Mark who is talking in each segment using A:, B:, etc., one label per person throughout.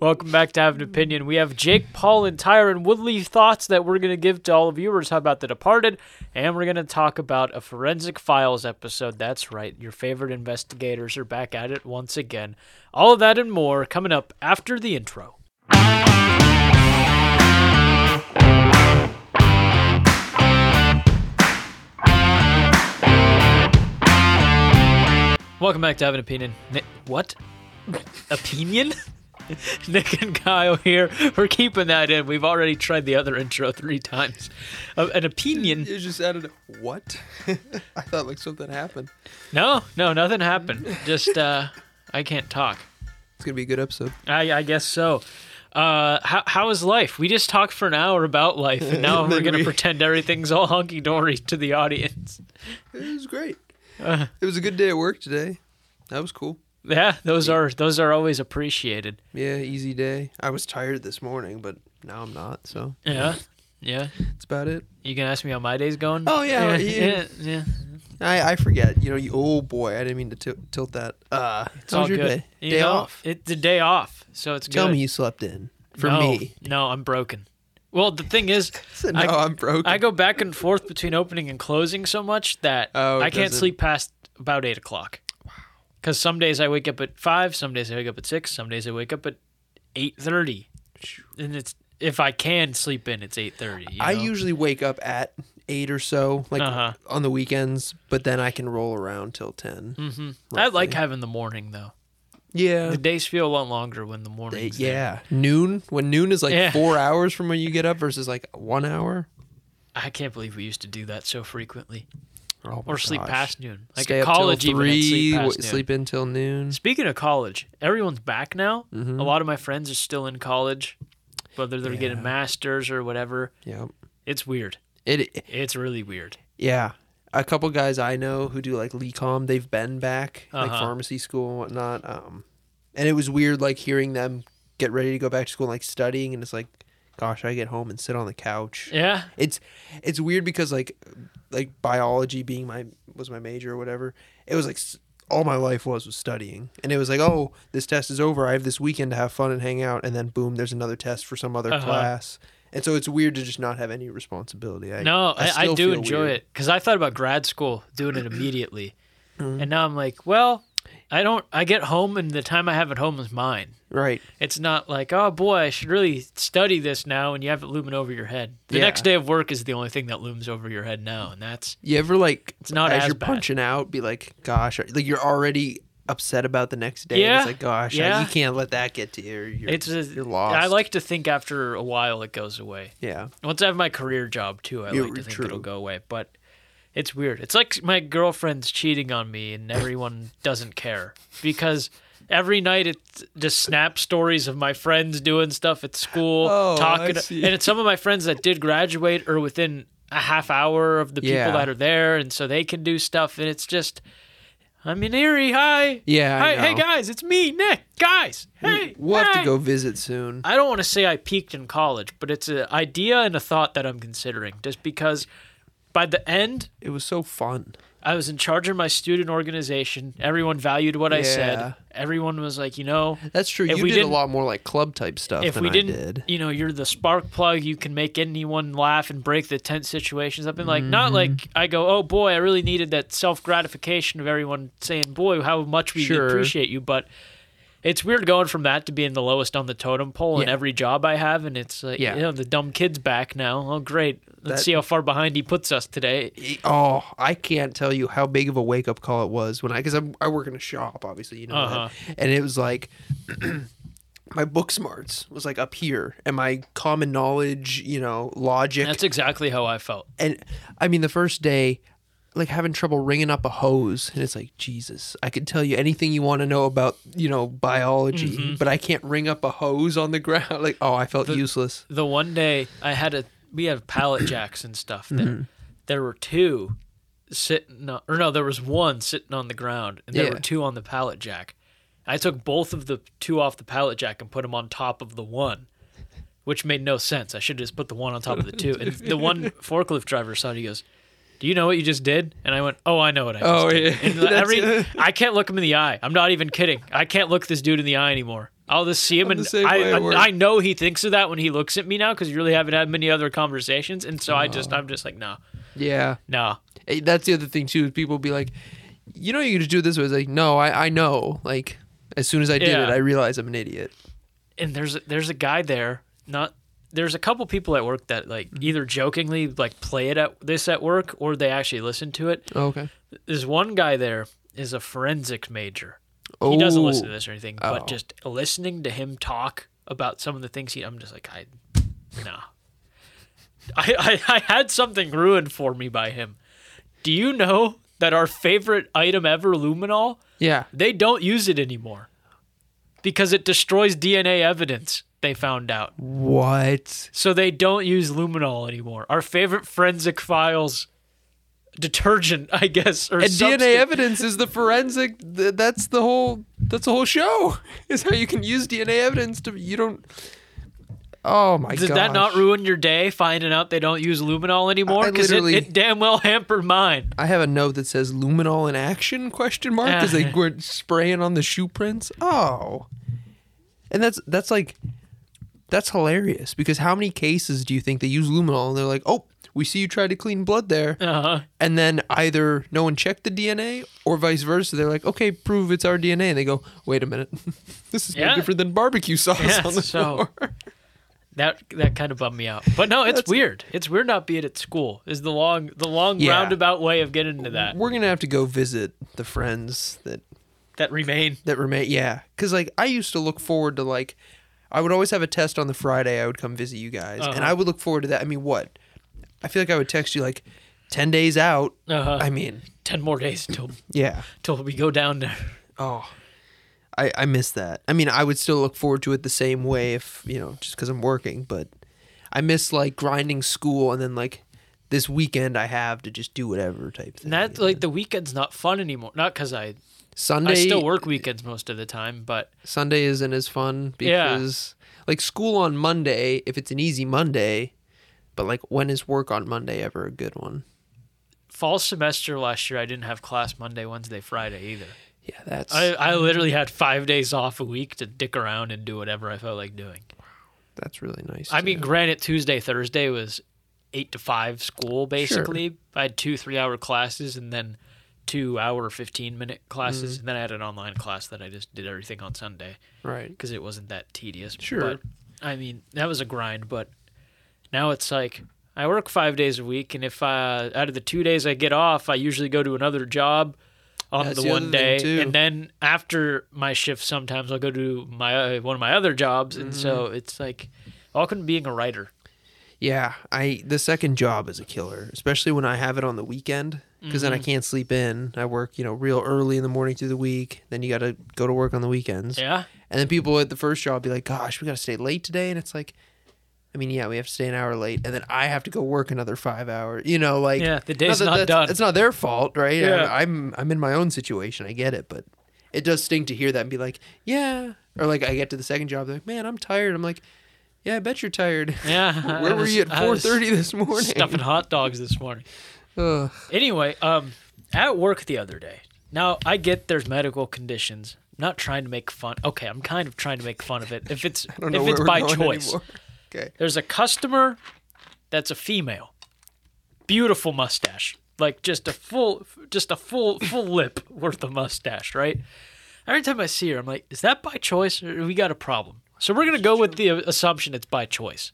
A: Welcome back to Have an Opinion. We have Jake, Paul, and Tyron Woodley thoughts that we're going to give to all viewers How about The Departed, and we're going to talk about a Forensic Files episode. That's right, your favorite investigators are back at it once again. All of that and more coming up after the intro. Welcome back to Have an Opinion. Ni- what? Opinion? Nick and Kyle here. We're keeping that in. We've already tried the other intro three times. Uh, an opinion?
B: It just added a- what? I thought like something happened.
A: No, no, nothing happened. Just uh, I can't talk.
B: It's gonna be a good episode.
A: I, I guess so. Uh, how, how is life? We just talked for an hour about life, and now we're
B: Then
A: gonna
B: we-
A: pretend everything's all hunky dory to the audience.
B: It was great.
A: Uh-huh.
B: it was a good day at work today. That was cool.
A: Yeah, those are those are always appreciated.
B: Yeah, easy day. I was tired this morning, but now I'm not. So
A: Yeah, yeah.
B: that's about it.
A: You can ask me how my day's going.
B: Oh, yeah,
A: yeah,
B: yeah.
A: yeah. yeah.
B: I I forget. You know. You, oh boy, I didn't mean to til- tilt that. Uh,
A: It's
B: how
A: all
B: was your
A: good.
B: day?
A: You
B: day
A: know,
B: off.
A: It's a day off, so it's
B: Tell
A: good.
B: me you slept in. For
A: no,
B: me.
A: No, I'm broken. Well, the thing is,
B: Said, no,
A: I-
B: I, am broken.
A: I go back and forth between opening and closing so much that
B: Oh,
A: I
B: it
A: can't
B: doesn't-
A: sleep past about eight o'clock. Because some days I wake up at five, some days I wake up at six, some days I wake up at eight thirty, and it's if I can sleep in, it's eight thirty.
B: I usually wake up at eight or so, like
A: Uh-huh.
B: on the weekends, but then I can roll around till 10
A: Hmm.
B: Mm-hmm.
A: I like having the morning though.
B: Yeah.
A: The days feel a lot longer when the morning's there.
B: yeah. Noon. When noon is like
A: Yeah.
B: four hours from when you get up versus like one hour.
A: I can't believe we used to do that so frequently,
B: Oh my
A: or sleep
B: gosh.
A: past noon. Like
B: Stay
A: at
B: up till
A: college, even I'd
B: three,
A: sleep
B: w-
A: past noon.
B: sleep in till noon.
A: Speaking of college, everyone's back now.
B: Mm-hmm.
A: A lot of my friends are still in college, whether they're getting masters or whatever.
B: Yeah.
A: It's weird.
B: It.
A: It's really weird.
B: Yeah. A couple guys I know who do like E LECOM, they've been back like
A: Uh-huh.
B: pharmacy school and whatnot. Um, and it was weird like hearing them get ready to go back to school and like studying, and it's like, gosh, I get home and sit on the couch.
A: Yeah.
B: it's it's weird because like like biology being my was my major or whatever it was like s- all my life was was studying and it was like oh this test is over i have this weekend to have fun and hang out and then boom there's another test for some other
A: Uh-huh.
B: class and so it's weird to just not have any responsibility i
A: No, I, I,
B: still
A: do
B: feel
A: enjoy
B: weird.
A: it because I thought about grad school doing it immediately,
B: Mm-hmm.
A: and now I'm like, well, I don't. I get home and the time I have at home is mine.
B: right
A: It's not like, oh boy, I should really study this now, and you have it looming over your head. The
B: Yeah.
A: next day of work is the only thing that looms over your head now, and that's
B: you ever like
A: It's not
B: as,
A: as
B: you're
A: bad.
B: punching out be like gosh like you're already upset about the next day and
A: Yeah,
B: it's like gosh I-
A: yeah.
B: you can't let that get to you or you're,
A: it's. A,
B: you're lost
A: I like to think after a while it goes away.
B: yeah
A: Once I have my career job too, I
B: Yeah,
A: like to think
B: true.
A: it'll go away. But it's weird. It's like my girlfriend's cheating on me, and everyone doesn't care because every night it's just snap stories of my friends doing stuff at school,
B: Oh, I
A: talking,
B: see.
A: and it's some of my friends that did graduate or within a half hour of the
B: Yeah.
A: people that are there, and so they can do stuff, and it's just. I'm in Erie. Hi.
B: Yeah, I
A: Hi, hey
B: know.
A: guys, it's me, Nick. Guys. Hey.
B: we'll have to
A: hey.
B: go visit soon
A: I don't want to say I peaked in college, but it's an idea and a thought that I'm considering just because by the end,
B: it was so fun
A: I was in charge of my student organization. Everyone valued what I
B: Yeah.
A: said. Everyone was like, you know,
B: That's true.
A: If
B: you
A: we
B: did a
A: didn't-
B: lot more like club type stuff
A: if
B: than
A: we
B: I
A: didn't,
B: did.
A: you know, you're the spark plug, you can make anyone laugh and break the tense situations up. And like,
B: Mm-hmm.
A: not like I go, oh boy, I really needed that self gratification of everyone saying, boy, how much we
B: Sure.
A: appreciate you. But it's weird going from that to being the lowest on the totem pole in
B: Yeah.
A: every job I have. And it's like,
B: Yeah.
A: you know, the dumb kid's back now. Oh, great. Let's
B: That-
A: see how far behind he puts us today.
B: Oh, I can't tell you how big of a wake up call it was when I because I work in a shop, obviously you know,
A: Uh-huh.
B: that. and it was like my book smarts was like up here, and my common knowledge, you know, logic,
A: That's exactly how I felt.
B: and I mean the first day. Like having trouble ringing up a hose, and it's like Jesus. I could tell you anything you want to know about, you know, biology, but I can't ring up a hose on the ground. Like, oh, I felt useless.
A: the one day I had a we had pallet jacks and stuff. That
B: Mm-hmm.
A: there were two sitting, on, or no, there was one sitting on the ground, and there were
B: Yeah.
A: two on the pallet jack. I took both of the two off the pallet jack and put them on top of the one, which made no sense. I should have just put the one on top of the two. And the one forklift driver saw it. He goes, "Do you know what you just did?" And I went, "Oh, I know what I just
B: Oh,
A: did."
B: yeah.
A: And
B: That's-
A: every, I can't look him in the eye. I'm not even kidding. I can't look this dude in the eye anymore. I'll just see him,
B: I'm
A: and
B: the same
A: I,
B: way at work.
A: I, I know he thinks of that when he looks at me now because you really haven't had many other conversations, and so I just I'm just like no,
B: Yeah.
A: no,
B: Eh, That's the other thing too. Is people be like, you know, you could just do it this way. It's like, no, I, I know. Like, as soon as I did
A: Yeah.
B: it, I realized I'm an idiot.
A: and there's there's a guy there not there's a couple people at work that like
B: Mm-hmm.
A: either jokingly like play it at this at work or they actually listen to it
B: Okay.
A: there's one guy there is a forensic major he doesn't listen to this or anything
B: Oh.
A: but just listening to him talk about some of the things he i'm just like i no I, I i had something ruined for me by him do you know that our favorite item ever luminol
B: Yeah.
A: they don't use it anymore because it destroys DNA evidence, they found out.
B: What?
A: So they don't use luminol anymore. Our favorite forensic files detergent, I guess, or
B: And DNA
A: substance.
B: evidence is the forensic. Th- that's the whole. That's the whole show. Is how you can use DNA evidence to. You don't. Oh my god.
A: Did that not ruin your day finding out they don't use luminol anymore?
B: I
A: Because it,
B: literally-
A: it damn well hampered mine.
B: I have a note that says luminol in action question mark because they
A: Ah.
B: were spraying on the shoe prints. Oh, and that's that's like that's hilarious because how many cases do you think they use luminol and they're like, oh, we see you tried to clean blood there,
A: Uh-huh.
B: and then either no one checked the DNA or vice versa. They're like, okay, prove it's our DNA, and they go, wait a minute, this is no
A: Yeah.
B: different than barbecue sauce
A: Yeah,
B: on the
A: so-
B: floor.
A: That that kind of bummed me out. But no, it's weird. It's weird not being at school. Is the long the long
B: Yeah.
A: roundabout way of getting into that
B: We're gonna have to go visit the friends that
A: that remain.
B: that remain yeah because like i used to look forward to like i would always have a test on the friday i would come visit you guys and
A: Uh-huh.
B: i would look forward to that i mean what i feel like i would text you like 10 days out
A: Uh-huh.
B: i mean
A: Ten more days till
B: yeah
A: till we go down there.
B: oh i i miss that i mean i would still look forward to it the same way if you know just because i'm working but i miss like grinding school and then like this weekend i have to just do whatever type thing
A: And that's like the weekend's not fun anymore. Not because I
B: sunday
A: I still work weekends most of the time, but
B: Sunday isn't as fun
A: Yeah.
B: because like school on Monday, if it's an easy Monday, but like when is work on Monday ever a good one?
A: fall semester last year I didn't have class Monday, Wednesday, Friday either.
B: Yeah, that's
A: I, I literally had five days off a week to dick around and do whatever I felt like doing.
B: that's really nice.
A: I
B: to
A: mean,
B: know.
A: granted, Tuesday, Thursday was eight to five school basically. I had two three hour classes and then two hour fifteen minute classes, and then I had an online class that I just did everything on Sunday.
B: right.
A: because it wasn't that tedious.
B: Sure.
A: But, I mean, that was a grind, but now it's like I work five days a week, and if uh, out of the two days I get off, I usually go to another job on
B: That's
A: the,
B: the other
A: one
B: thing,
A: day,
B: too.
A: and then after my shift, sometimes I'll go to my uh, one of my other jobs, and so
B: Mm-hmm.
A: it's like welcome to being a writer.
B: Yeah, I the second job is a killer, especially when I have it on the weekend because then I
A: Mm-hmm.
B: can't sleep in. I work, you know, real early in the morning through the week, then you got to go to work on the weekends.
A: Yeah,
B: And then people at the first job be like, "Gosh, we got to stay late today," and it's like, I mean, yeah, we have to stay an hour late, and then I have to go work another five hours. You know, like
A: Yeah, the day's
B: that
A: not
B: that's-
A: done.
B: It's not their fault, right?
A: Yeah.
B: I, am I'm in my own situation. I get it, but it does sting to hear that and be like, yeah, or like I get to the second job, they're like, man, I'm tired. I'm like, yeah, I bet you're tired.
A: yeah. I
B: Where were
A: was-
B: you at
A: I
B: four
A: was
B: thirty this morning?
A: Stuffing hot dogs this morning.
B: Ugh.
A: Anyway, um, at work the other day. Now I get there's medical conditions. I'm not trying to make fun. Okay, I'm kind of trying to make fun of it. If it's
B: I don't know
A: if
B: where
A: it's
B: we're
A: by
B: going
A: choice,
B: anymore. Okay.
A: there's a customer that's a female, beautiful mustache, like just a full, just a full, full lip worth of mustache, right? Every time I see her, I'm like, is that by choice or we got a problem? So we're gonna go with the assumption it's by choice.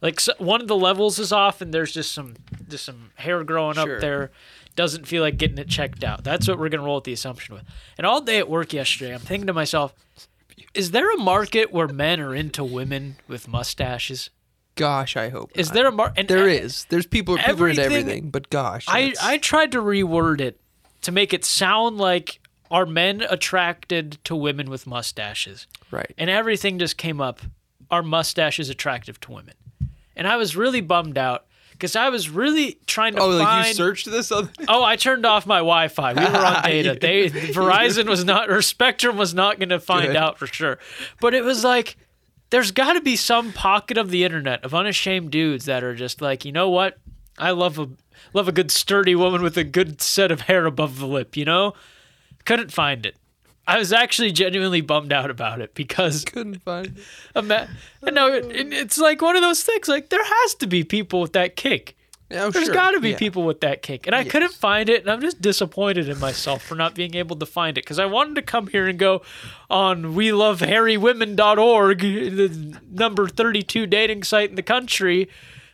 A: Like so, one of the levels is off, and there's just some just some hair growing
B: Sure.
A: up there. Doesn't feel like getting it checked out. That's what we're gonna roll with the assumption with. And all day at work yesterday, I'm thinking to myself, is there a market where men are into women with mustaches?
B: Gosh, I hope
A: Is
B: not.
A: there a mar- and
B: There
A: I-
B: is. There's people. People are into
A: Everything-
B: everything, but gosh,
A: I,
B: that's-
A: I tried to reword it to make it sound like are men attracted to women with mustaches?
B: right.
A: And everything just came up. Are mustaches attractive to women? And I was really bummed out because I was really trying to
B: Oh,
A: find.
B: like you searched this other.
A: Oh, I turned off my Wi-Fi. We were on data. They Verizon was not or Spectrum was not going to find
B: Good.
A: out for sure. But it was like there's got to be some pocket of the internet of unashamed dudes that are just like, you know what? I love a love a good sturdy woman with a good set of hair above the lip. You know, couldn't find it. I was actually genuinely bummed out about it because
B: Couldn't find. It.
A: ima- no, it, it- it's like one of those things. Like there has to be people with that kick.
B: Yeah, Oh,
A: There's
B: sure.
A: got to be
B: Yeah.
A: people with that kick, and I couldn't find it, and I'm just disappointed in myself for not being able to find it because I wanted to come here and go on we love hairywomen.org, the number 32 dating site in the country.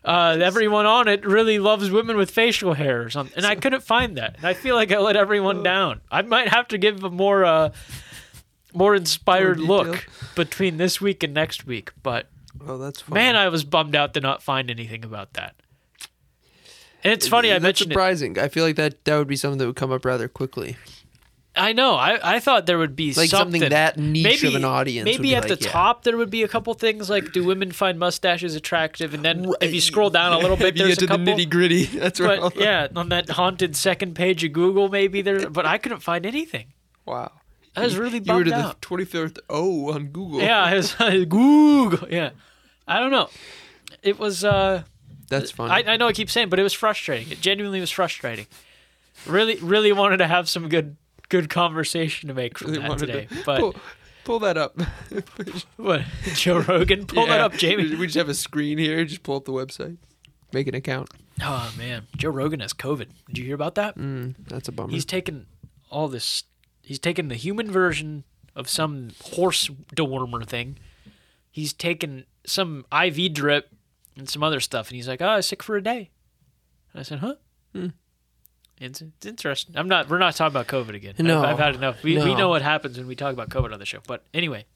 A: Uh, everyone on it really loves women with facial hair or something, and I couldn't find that. And I feel like I let everyone down. I might have to give a more uh, more inspired
B: detail.
A: look between this week and next week, but.
B: Oh, that's funny.
A: Man, I was bummed out to not find anything about that. And it's funny I
B: that's
A: mentioned it.
B: surprising. I feel like that that would be something that would come up rather quickly.
A: I know. I, I thought there would be
B: Like something that niche of
A: maybe,
B: an audience would
A: Maybe
B: be
A: at
B: like,
A: the
B: yeah.
A: top there would be a couple things like do women find mustaches attractive? And then if you
B: Right.
A: scroll down a little bit,
B: you
A: there's
B: get to
A: a couple.
B: the nitty gritty. That's where. all
A: but
B: the-
A: yeah, on that haunted second page of Google, maybe there. But I couldn't find anything.
B: Wow.
A: I was really
B: You were
A: bummed
B: to the
A: out.
B: twenty fifth O on Google.
A: Yeah, I was Google. Yeah, I don't know. It was. uh
B: that's funny.
A: I, I know I keep saying, but it was frustrating. It genuinely was frustrating. Really, really wanted to have some good, good conversation to make from
B: really
A: that
B: wanted
A: today.
B: to
A: But
B: pull, pull that up.
A: what, Joe Rogan, pull that
B: Yeah.
A: up, Jamie.
B: We just have a screen here. Just pull up the website. Make an account.
A: Oh man, Joe Rogan has COVID. Did you hear about that?
B: Mm, that's a bummer.
A: He's taken all this. He's taken the human version of some horse dewormer thing. He's taken some IV drip and some other stuff, and he's like, "Oh, I was sick for a day." And I said, "Huh."
B: Hmm.
A: It's, it's interesting. I'm not. We're not talking about COVID again. I've-
B: No.
A: I've, had enough. We, we
B: No. Hmm.
A: know what happens when we talk about COVID on the show. But anyway,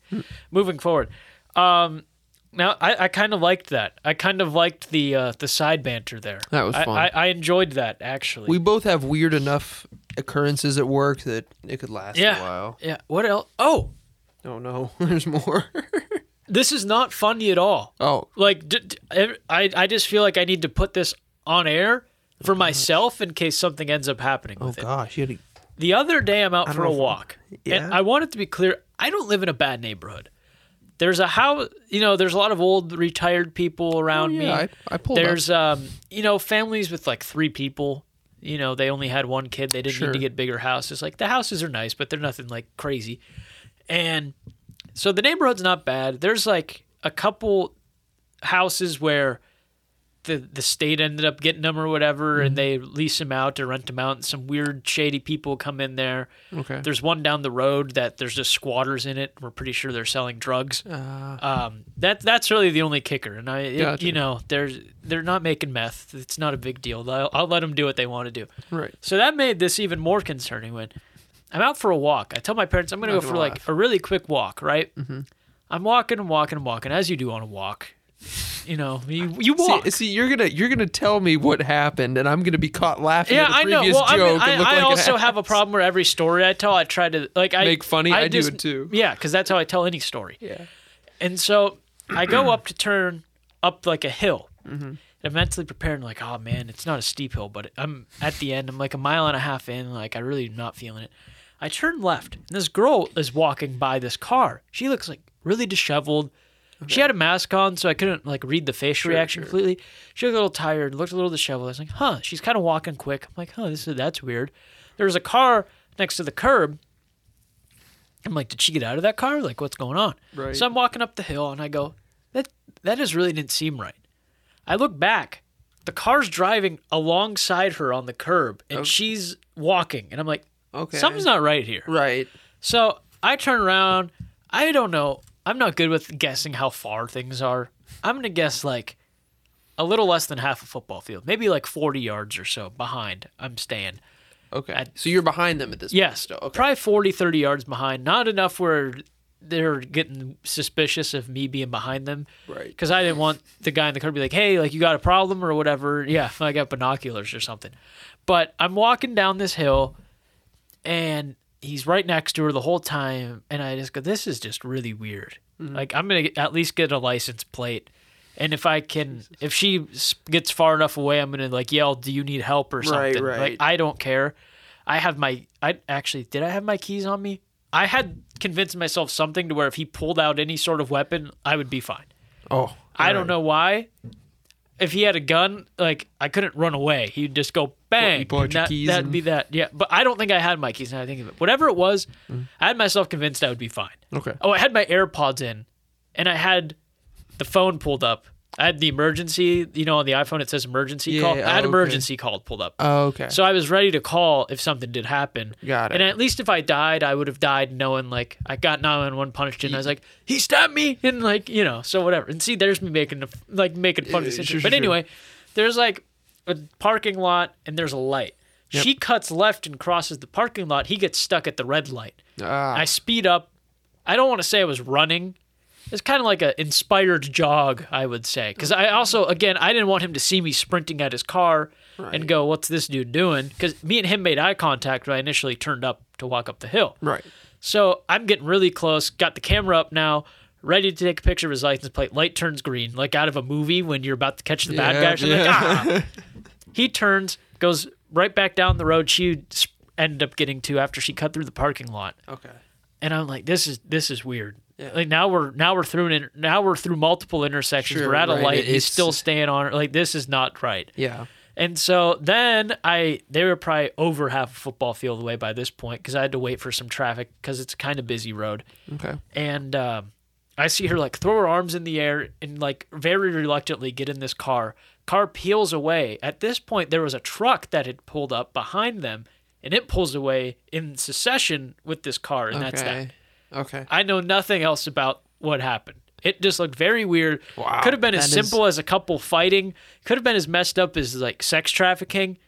A: moving forward. Um, now I, I kind of liked that. I kind of liked the uh, the side banter there.
B: That was
A: I-
B: fun.
A: I, I enjoyed that actually.
B: we both have weird enough occurrences at work that it could last
A: yeah.
B: a while.
A: Yeah. What else? Oh,
B: Oh no, there's more.
A: this is not funny at all.
B: oh,
A: Like, d- d- ev- I I just feel like I need to put this on air for myself in case something ends up happening
B: oh
A: with it.
B: gosh, you had a,
A: The other day, I'm out for
B: don't
A: a
B: know if-
A: walk,
B: Yeah?
A: and I want it to be clear: I don't live in a bad neighborhood. There's a house, you know. There's a lot of old retired people around me.
B: Oh, yeah, I, I pulled up.
A: there's um you know families with like three people you know they only had one kid they didn't
B: Sure.
A: need to get bigger houses like the houses are nice but they're nothing like crazy and so the neighborhood's not bad there's like a couple houses where the the state ended up getting them or whatever
B: Mm-hmm.
A: and they lease them out or rent them out and some weird shady people come in there
B: Okay.
A: there's one down the road that there's just squatters in it we're pretty sure they're selling drugs
B: Uh,
A: um, that that's really the only kicker, and I, it-
B: Gotcha.
A: you know, there's they're not making meth. It's not a big deal. I'll, I'll let them do what they want to do.
B: right.
A: So that made this even more concerning. When I'm out for a walk, I tell my parents I'm going to
B: Not
A: go for
B: gonna
A: like
B: laugh.
A: a really quick walk. Right? Mm-hmm. I'm walking and walking and walking, as you do on a walk. You know, you you walk.
B: See, see, you're gonna you're gonna tell me what happened, and I'm gonna be caught laughing
A: yeah,
B: at
A: I
B: a
A: know.
B: previous
A: Well, I, mean,
B: joke.
A: I,
B: and look
A: I
B: like an
A: also have a
B: ass.
A: problem where every story I tell, I try to like I
B: Make funny? I do
A: just-
B: it too.
A: Yeah, because that's how I tell any story.
B: Yeah.
A: And so I go up to turn up like a hill.
B: Mm-hmm.
A: And I'm mentally preparing, like, oh man, it's not a steep hill, but I'm at the end. I'm like a mile and a half in. Like, I really am not feeling it. I turn left, and this girl is walking by this car. She looks like really disheveled. She had a mask on, so I couldn't like read the facial reaction
B: sure.
A: completely. She looked a little tired, looked a little disheveled. I was like, huh, she's kind of walking quick. I'm like, huh, this is that's weird. There was a car next to the curb. I'm like, did she get out of that car? Like, what's going on?
B: Right.
A: So I'm walking up the hill and I go, that that just really didn't seem right. I look back, the car's driving alongside her on the curb and she's walking. And I'm like,
B: Okay.
A: something's not right here.
B: Right.
A: So I turn around. I don't know. I'm not good with guessing how far things are. I'm going to guess like a little less than half a football field, maybe like 40 yards or so behind. I'm staying.
B: Okay.
A: I-
B: so you're behind them at this.
A: Yes,
B: Point. still. Okay.
A: probably 40, 30 yards behind. Not enough where they're getting suspicious of me being behind them.
B: Right.
A: Because I didn't want the guy in the car to be like, hey, like you got a problem or whatever. Yeah, I got binoculars or something. But I'm walking down this hill and he's right next to her the whole time. And I just go, this is just really weird.
B: Mm-hmm.
A: Like, I'm going to at least get a license plate. And if I can, if she s- gets far enough away, I'm going to like yell, do you need help or
B: Right,
A: something? Like,
B: right.
A: I don't care. I have my, I actually, did I have my keys on me? I had convinced myself something to where if he pulled out any sort of weapon, I would be fine.
B: Oh.
A: I don't know why. if he had a gun, like I couldn't run away. He'd just go bang.
B: you pull out
A: and
B: your
A: that,
B: keys
A: that'd
B: and-
A: be that. Yeah, but I don't think I had my keys. Now I think of it. Whatever it was,
B: Mm-hmm.
A: I had myself convinced I would be fine.
B: Okay.
A: Oh, I had my AirPods in, and I had the phone pulled up. I had the emergency. You know, on the iPhone it says emergency
B: Yeah,
A: call. I had
B: okay.
A: emergency call pulled up.
B: Oh, okay.
A: So I was ready to call if something did happen.
B: Got it.
A: And at least if I died, I would have died knowing like I got 911 punched and I was like, he stabbed me and like you know so whatever. And see, there's me making a- like making fun of the
B: Yeah, sure,
A: situation.
B: sure,
A: but anyway, there's like a parking lot and there's a light. She cuts left and crosses the parking lot. He gets stuck at the red light.
B: ah,
A: I speed up. I don't want to say I was running. It's kind of like an inspired jog, I would say. Because I also, again, I didn't want him to see me sprinting at his car and go, what's this dude doing? Because me and him made eye contact when I initially turned up to walk up the hill.
B: right.
A: So I'm getting really close. Got the camera up now, ready to take a picture of his license plate. Light turns green, like out of a movie when you're about to catch the bad
B: Yeah,
A: guy. or something. Like,
B: yeah.
A: "Ah." he turns, goes right back down the road she s- ended up getting to after she cut through the parking lot
B: Okay.
A: and I'm like, this is this is weird. Like now we're now we're through an inter- now we're through multiple intersections.
B: Sure,
A: we're at a
B: right.
A: light.
B: It-
A: He's
B: it's-
A: still staying on. Like this is not right.
B: Yeah.
A: And so then I they were probably over half a football field away by this point because I had to wait for some traffic because it's a kind of busy road.
B: Okay.
A: And um, I see her like throw her arms in the air and like very reluctantly get in this car. Car peels away. At this point, there was a truck that had pulled up behind them, and it pulls away in succession with this car, and that's that.
B: okay. Okay.
A: I know nothing else about what happened. It just looked very weird.
B: Wow.
A: Could have been as
B: That is-
A: simple as a couple fighting. Could have been as messed up as like sex trafficking.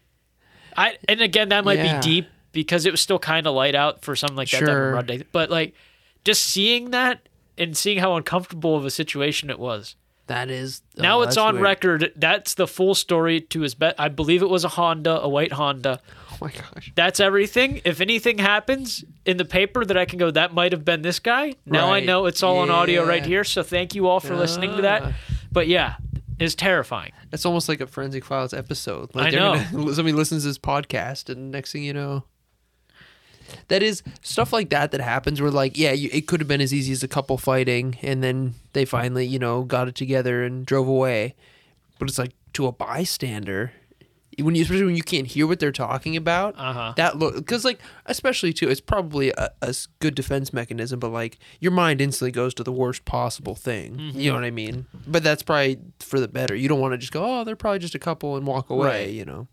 A: I and again that might
B: Yeah.
A: be deep because it was still kind of light out for something like that. to happen on
B: Sure.
A: broad day. But like just seeing that and seeing how uncomfortable of a situation it was.
B: That is. oh,
A: now it's on record. That's the full story to his bet. I believe it was a Honda, a white Honda
B: Oh my gosh.
A: that's everything. If anything happens in the paper that I can go, that might have been this guy. Now I
B: Right.
A: know it's all on audio right
B: Yeah.
A: here. So thank you all for listening to that.
B: Ah.
A: But yeah, it's terrifying.
B: That's almost like a forensic files episode. Like
A: I
B: they're Gonna, somebody listens to this podcast, and next thing you know, that is stuff like that that happens. Where like, yeah, you, it could have been as easy as a couple fighting, and then they finally, you know, got it together and drove away. But it's like to a bystander, when you especially when you can't hear what they're talking about.
A: Uh-huh.
B: That look because like especially too, it's probably a, a s- good defense mechanism, but like your mind instantly goes to the worst possible thing.
A: Mm-hmm.
B: You know what I mean? But that's probably for the better. You don't want to just go, oh, they're probably just a couple and walk away.
A: Right.
B: You know,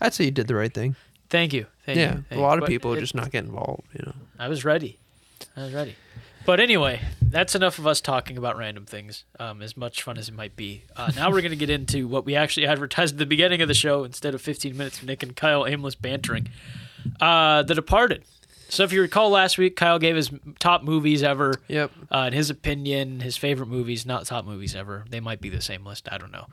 B: I'd say you did the right thing.
A: Thank you. Thank
B: yeah,
A: you. Thank
B: a
A: you.
B: lot of
A: But
B: people
A: it-
B: just not get involved. You know,
A: I was ready. I was ready. But anyway, that's enough of us talking about random things, um, as much fun as it might be. Uh, now we're going to get into what we actually advertised at the beginning of the show instead of 15 minutes of Nick and Kyle aimless bantering uh, The Departed. So if you recall last week, Kyle gave his m- top movies ever.
B: Yep.
A: Uh, in his opinion, his favorite movies, not top movies ever. They might be the same list. I don't know.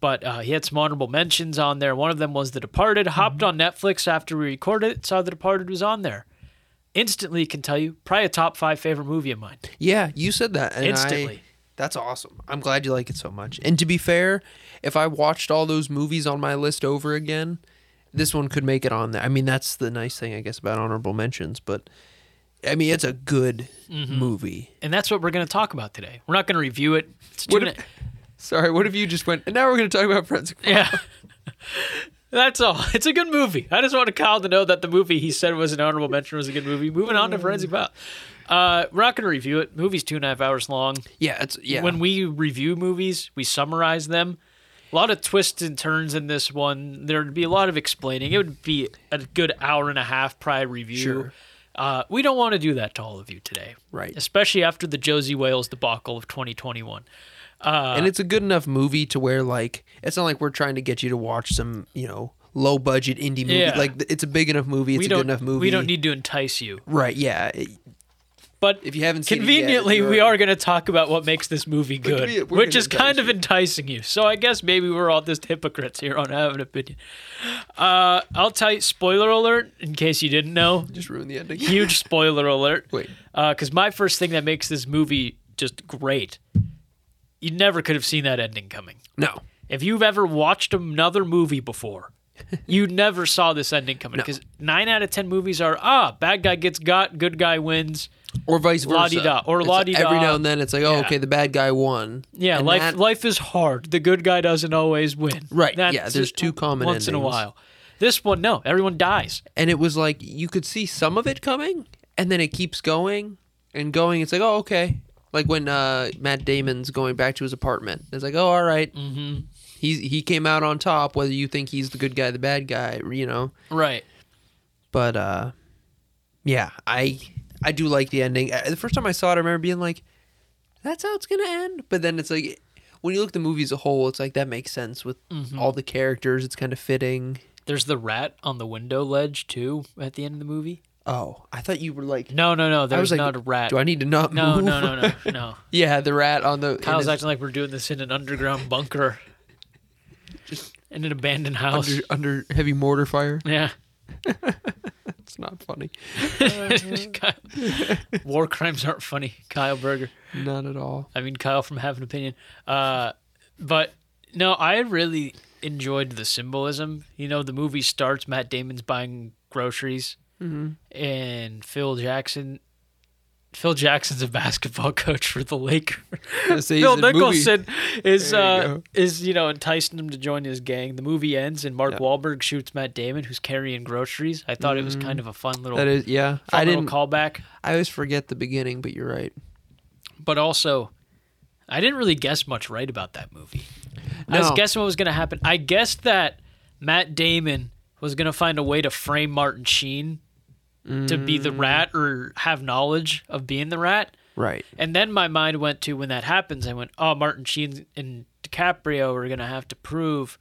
A: But uh, he had some honorable mentions on there. One of them was The Departed.
B: Mm-hmm.
A: Hopped on Netflix after we recorded it, saw The Departed was on there instantly can tell you probably a top five favorite movie of mine.
B: yeah, you said that and I-
A: Instantly.
B: that's awesome. I'm glad you like it so much. And to be fair, if I watched all those movies on my list over again, this one could make it on there. I mean, that's the nice thing, I guess, about honorable mentions. But I mean, it's a good
A: Mm-hmm.
B: movie.
A: And that's what we're going to talk about today. We're not going to review it. It's two
B: What
A: minute.
B: if- Sorry, what if you just went? And now we're going to talk about Forensic.
A: Yeah. That's all. It's a good movie. I just wanted Kyle to know that the movie he said was an honorable mention was a good movie. Moving on to Forensic Files. Uh, we're not going to review it. Movie's two and a half hours long.
B: Yeah, it's yeah.
A: When we review movies, we summarize them. A lot of twists and turns in this one. There'd be a lot of explaining. It would be a good hour and a half prior review.
B: Sure.
A: Uh, we don't want to do that to all of you today.
B: Right.
A: Especially after the Josie Wales debacle of Uh, 2021.
B: and it's a good enough movie to where like it's not like we're trying to get you to watch some you know low budget indie movie.
A: Yeah.
B: Like it's a big enough movie. It's
A: we
B: a
A: don't,
B: good enough movie.
A: We don't need to entice you.
B: Right? Yeah. It-
A: But
B: If you haven't seen it yet,
A: conveniently,
B: you're
A: we
B: already-
A: are going to talk about what makes this movie good,
B: we- we're
A: which
B: gonna
A: is kind
B: entice
A: of enticing you. So I guess maybe we're all just hypocrites here on having an opinion. Uh, I'll tell you, spoiler alert, in case you didn't know,
B: Just ruin the ending.
A: huge spoiler alert.
B: Wait.
A: because my first thing that makes this movie just great, you never could have seen that ending coming.
B: No.
A: If you've ever watched another movie before, you never saw this ending coming because nine out of ten movies are ah, bad guy gets got, good guy wins.
B: or vice versa.
A: La-di-da, or
B: It's
A: la-di-da.
B: Every now and then, it's like, oh,
A: Yeah.
B: okay, the bad guy won.
A: Yeah,
B: And
A: life
B: that-
A: life is hard. The good guy doesn't always win.
B: Right, yeah, there's two common
A: once in a
B: endings.
A: while. This one, no, everyone dies.
B: and it was like you could see some of it coming, and then it keeps going and going. It's like, oh, okay. Like when uh, Matt Damon's going back to his apartment, it's like, oh, all right.
A: Mm-hmm.
B: He's he came out on top, whether you think he's the good guy, the bad guy, you know.
A: Right.
B: but uh yeah i i do like the ending Uh, the first time i saw it i remember being like that's how it's gonna end but then it's like when you look at the movie as a whole it's like that makes sense with
A: Mm-hmm.
B: all the characters it's kind of fitting
A: There's the rat on the window ledge too at the end of the movie.
B: oh i thought you were like
A: No, no, no.
B: i
A: There's
B: was like
A: not a rat.
B: do i need to not
A: no,
B: move
A: no, no, no, no.
B: yeah the rat on the in
A: Kyle's
B: his
A: acting like we're doing this in an underground bunker, in an abandoned house.
B: under, under heavy mortar fire
A: yeah.
B: it's not funny
A: Kyle- War crimes aren't funny, Kyle Berger.
B: not at all
A: I mean, Kyle from Have an Opinion. Uh, but no, I really enjoyed the symbolism. You know, the movie starts, Matt Damon's buying groceries, and Phil Jackson. Phil Jackson's a basketball coach for the Lakers.
B: Say he's
A: Phil
B: in the movie.
A: Nicholson is
B: There you
A: uh,
B: go.
A: is you know enticing him to join his gang. The movie ends and Mark
B: Yeah.
A: Wahlberg shoots Matt Damon, who's carrying groceries. I thought it was kind of a fun little,
B: Mm-hmm. that is yeah
A: fun
B: i
A: little
B: didn't
A: callback.
B: i always forget the beginning but you're right
A: but also I didn't really guess much right about that movie. I
B: No.
A: was guessing what was going to happen. I guessed that Matt Damon was going to find a way to frame Martin Sheen to be
B: Mm.
A: the rat or have knowledge of being the rat.
B: right
A: And then my mind went to when that happens, I went, oh, Martin Sheen and DiCaprio are going to have to prove,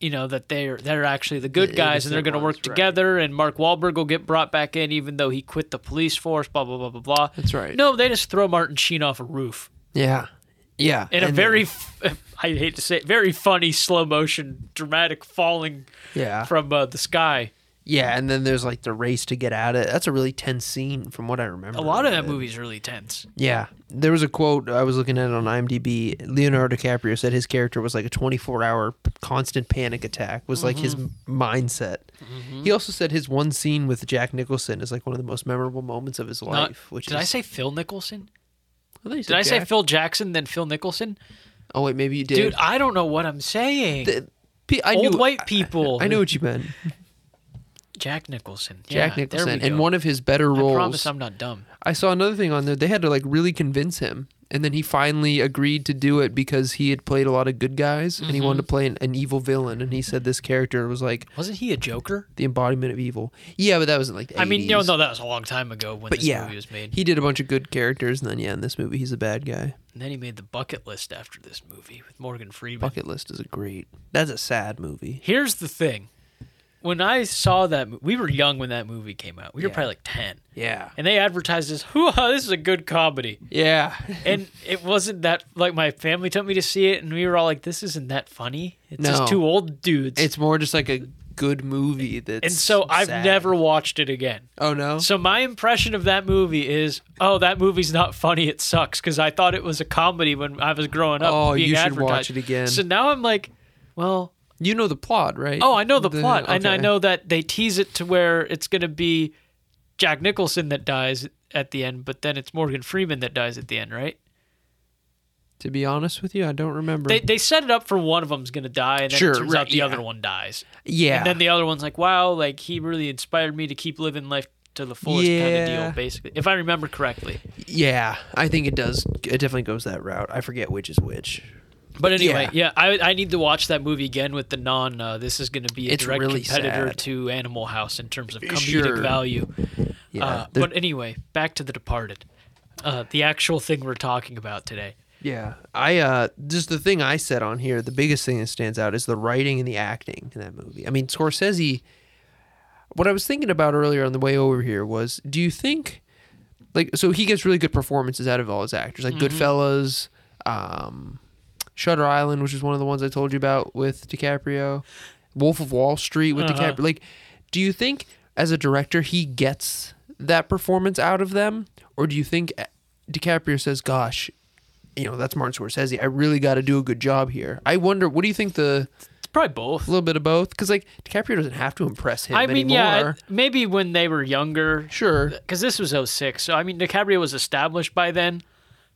A: you know, that they're they're actually the good
B: The
A: guys and they're going to
B: innocent
A: work
B: ones, right.
A: together. And Mark Wahlberg will get brought back in, even though he quit the police force. Blah blah blah blah blah.
B: That's right.
A: No, they just throw Martin Sheen off a roof
B: yeah yeah
A: in a
B: And-
A: very, f- I hate to say it, very funny slow motion dramatic falling
B: yeah
A: from uh, the sky.
B: Yeah, and then there's like the race to get at it. That's a really tense scene from what I remember.
A: A lot of that movie's really tense.
B: Yeah. There was a quote I was looking at on IMDb. Leonardo DiCaprio said his character was like a 24 hour p- constant panic attack, was like his m-
A: Mm-hmm.
B: mindset. He also said his one scene with Jack Nicholson is like one of the most memorable moments of his
A: Not-
B: life. which
A: did
B: is,
A: I say Phil Nicholson?
B: I thought you
A: Did
B: said
A: I say
B: Jack.
A: Phil Jackson then Phil Nicholson?
B: Oh, wait, maybe you did.
A: Dude, I don't know what I'm saying.
B: The- P- I
A: Old
B: knew,
A: white
B: I-
A: people.
B: I, knew what you meant.
A: Jack Nicholson.
B: Jack
A: Yeah,
B: Nicholson.
A: There we
B: And
A: go.
B: one of his better
A: I
B: roles.
A: promise I'm not dumb.
B: I saw another thing on there. They had to like really convince him, and then he finally agreed to do it because he had played a lot of good guys and he
A: Mm-hmm.
B: wanted to play an, an evil villain. And he said this character was like
A: Wasn't he a Joker?
B: the embodiment of evil. Yeah, but that wasn't like the
A: I mean, you know,
B: 80s.
A: no, that was a long time ago when
B: But
A: this
B: yeah,
A: movie was made.
B: he did a bunch of good characters, and then yeah, in this movie he's a bad guy.
A: And then he made the bucket list after this movie with Morgan Freeman.
B: Bucket List is a great. That's a sad movie.
A: Here's the thing. When I saw that, mo- we were young when that movie came out. We were
B: Yeah.
A: probably like 10.
B: Yeah.
A: And they advertised this, "Hoo ha, this is a good comedy.
B: Yeah.
A: And it wasn't that, like, my family took me to see it, and we were all like, this isn't that funny. It's
B: No.
A: just two old dudes.
B: it's more just like a good movie that's
A: and so I've
B: sad.
A: never watched it again.
B: Oh no.
A: So my impression of that movie is, oh, that movie's not funny. It sucks because I thought it was a comedy when I was growing up.
B: Oh,
A: being
B: you should
A: advertised.
B: watch it again.
A: So now I'm like, well,
B: you know the plot, right?
A: oh, I know the, plot, and I
B: okay.
A: know that they tease it to where it's going to be Jack Nicholson that dies at the end, but then it's Morgan Freeman that dies at the end, right?
B: To be honest with you, I don't remember.
A: They they set it up for one of them's going to die, and then
B: Sure,
A: it turns out
B: right,
A: the
B: yeah.
A: other one dies,
B: yeah.
A: and then the other one's like, wow, like he really inspired me to keep living life to the fullest kind of
B: Yeah.
A: deal, basically, if I remember correctly.
B: Yeah, I think it does. It definitely goes that route. I forget which is which.
A: But anyway, yeah, I, I need to watch that movie again with the non. Uh, this is going to be a
B: It's
A: direct
B: really
A: competitor
B: sad.
A: to Animal House in terms of comedic
B: Sure.
A: value.
B: Yeah,
A: uh,
B: there-
A: but anyway, back to The Departed, uh, the actual thing we're talking about today.
B: yeah. I uh, just the thing I said on here. The biggest thing that stands out is the writing and the acting in that movie. I mean, Scorsese. What I was thinking about earlier on the way over here was, do you think, like, so he gets really good performances out of all his actors, like
A: Mm-hmm.
B: Goodfellas, um, Shutter Island, which is one of the ones I told you about with DiCaprio, Wolf of Wall Street with
A: Uh-huh.
B: DiCaprio. Like, do you think as a director he gets that performance out of them, or do you think eh, DiCaprio says, "Gosh, you know that's Martin Scorsese. I really got to do a good job here." I wonder. What do you think the
A: Probably
B: A
A: both.
B: little bit of both, because like DiCaprio doesn't have to impress him
A: I mean,
B: anymore.
A: yeah, maybe when they were younger,
B: sure,
A: because this was 06. So I mean, DiCaprio was established by then,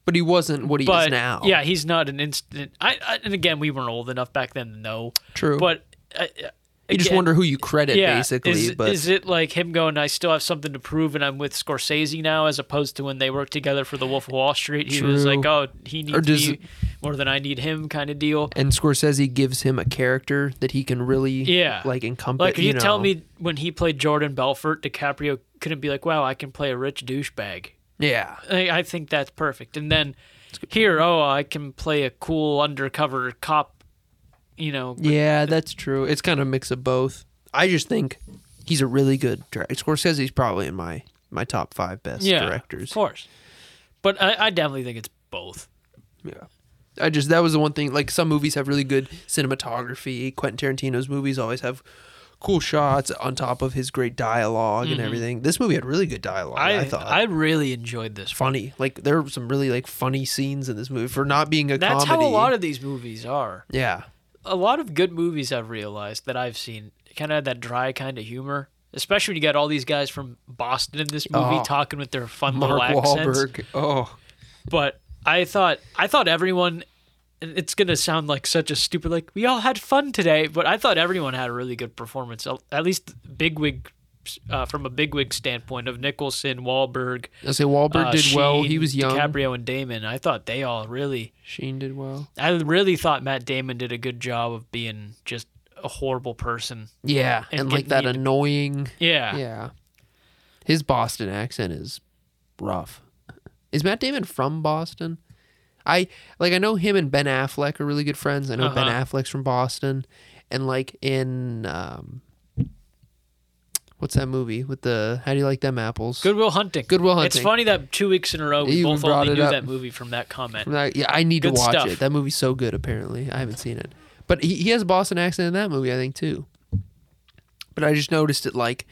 B: but he wasn't what he
A: but
B: is now.
A: yeah, he's not an instant. I, I and again, we weren't old enough back then to know.
B: true.
A: But uh, you
B: you just wonder who you credit
A: yeah,
B: basically.
A: Is,
B: but
A: is it like him going? I still have something to prove, and I'm with Scorsese now, as opposed to when they worked together for The Wolf of Wall Street. He was
B: True.
A: like, oh, he needs
B: does-
A: me more than I need him, kind of deal.
B: and Scorsese gives him a character that he can really
A: Yeah.
B: like encompass.
A: Like, if you,
B: know.
A: tell me when he played Jordan Belfort, DiCaprio couldn't be like, wow, I can play a rich douchebag.
B: yeah,
A: I, I think that's perfect. And then here, oh, I can play a cool undercover cop, you know.
B: yeah, that's true. It's kind of a mix of both. I just think he's a really good director. Scorsese's probably in my my top five best
A: yeah, Of
B: directors.
A: course. But I, I definitely think it's both.
B: Yeah. I just that was the one thing. Like some movies have really good cinematography. Quentin Tarantino's movies always have cool shots on top of his great dialog and everything. This movie had really good dialogue. I,
A: Mm-hmm. I,
B: thought
A: I really enjoyed this.
B: funny. Like there were some really like funny scenes in this movie for not being a
A: That's
B: comedy.
A: how a lot of these movies are.
B: yeah.
A: A lot of good movies I've realized that I've seen kind of had that dry kind of humor. Especially when you got all these guys from Boston in this movie
B: Oh.
A: talking with their fun
B: Mark
A: little accents.
B: Wahlberg. Oh,
A: But I thought I thought everyone and it's gonna sound like such a stupid like we all had fun today, but I thought everyone had a really good performance. At- At least bigwig uh, from a bigwig standpoint of Nicholson, Wahlberg,
B: I say Wahlberg
A: uh,
B: did well. He
A: Sheen,
B: was young.
A: DiCaprio and Damon. I thought they all really
B: Sheen did well.
A: I really thought Matt Damon did a good job of being just a horrible person.
B: Yeah, and,
A: And
B: like
A: getting
B: that
A: heated.
B: annoying.
A: Yeah.
B: Yeah, his Boston accent is rough. Is Matt Damon from Boston? I like I know him and Ben Affleck are really good friends. I know Ben
A: Uh-huh.
B: Affleck's from Boston, and like in um, what's that movie with the How do you like them apples?
A: Goodwill Hunting.
B: Goodwill Hunting.
A: It's funny that two weeks in a row we
B: You
A: both
B: brought
A: only
B: it
A: knew
B: up.
A: that movie from that comment.
B: From that- yeah, I need to
A: Good
B: watch
A: stuff.
B: it. That movie's so good. Apparently, I haven't seen it, but he, he has a Boston accent in that movie, I think too. But I just noticed it like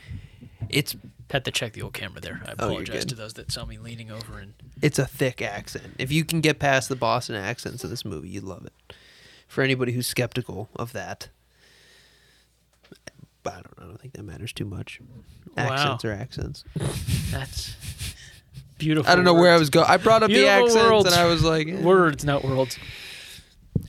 B: it's
A: Had to check the old camera there. I
B: Oh, you're
A: apologize
B: good.
A: to those that saw me leaning over and
B: it's a thick accent. If you can get past the Boston accents of this movie, you'd love it. For anybody who's skeptical of that, but I don't know. I don't think that matters too much.
A: Wow.
B: Accents are accents.
A: that's beautiful.
B: I don't know where I
A: words.
B: was going. I brought up the
A: Beautiful
B: accents,
A: world.
B: and I was like, eh.
A: words, not worlds.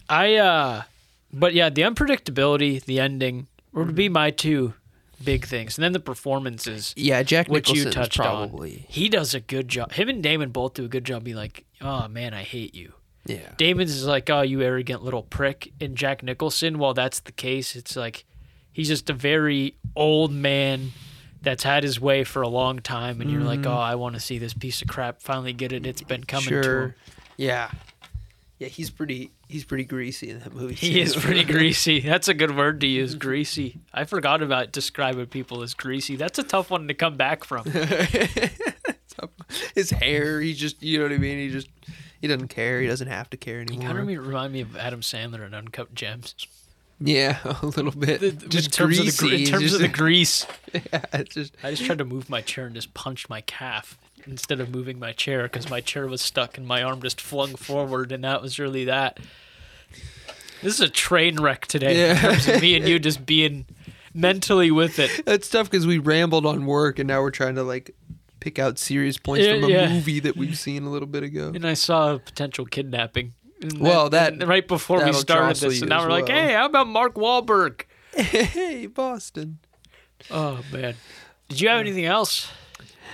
A: I uh but yeah, the unpredictability, the ending would be my two big things. And then the performances.
B: "Yeah, Jack
A: which
B: Nicholson
A: you touched on.
B: probably."
A: He does a good job. Him and Damon both do a good job being like, "Oh man, I hate you."
B: Yeah,
A: Damon's is like, "Oh, you arrogant little prick." And Jack Nicholson, while that's the case, it's like he's just a very old man that's had his way for a long time and you're like,
B: Mm-hmm.
A: "Oh, I want to see this piece of crap finally get it. It's been coming to
B: sure.
A: him."
B: Yeah, yeah. He's pretty. He's pretty greasy in that movie.
A: He is
B: too.
A: pretty greasy. That's a good word to use, greasy. I forgot about describing people as greasy. That's a tough one to come back from.
B: His hair. He just. You know what I mean. He just. He doesn't care. He doesn't have to care anymore.
A: Kind of re- remind me of Adam Sandler in Uncut Gems.
B: Yeah, a little bit.
A: in
B: just
A: terms
B: greasy.
A: of the, gre- in
B: it's
A: terms of the
B: just-
A: grease.
B: yeah, it's just
A: I just tried to move my chair and just punched my calf instead of moving my chair because my chair was stuck and my arm just flung forward, and that was really that. This is a train wreck today. in
B: Yeah.
A: terms of me and you just being mentally with it.
B: that's tough because we rambled on work and now we're trying to like pick out serious points
A: Yeah,
B: from a
A: yeah.
B: movie that we've seen a little bit ago.
A: And I saw a potential kidnapping. And then-
B: Well, that-
A: and right before we
B: that'll
A: started
B: jostle
A: this,
B: you
A: and now
B: as
A: we're like,
B: well.
A: hey, how about Mark Wahlberg?
B: hey, Boston.
A: Oh man, did you have anything else?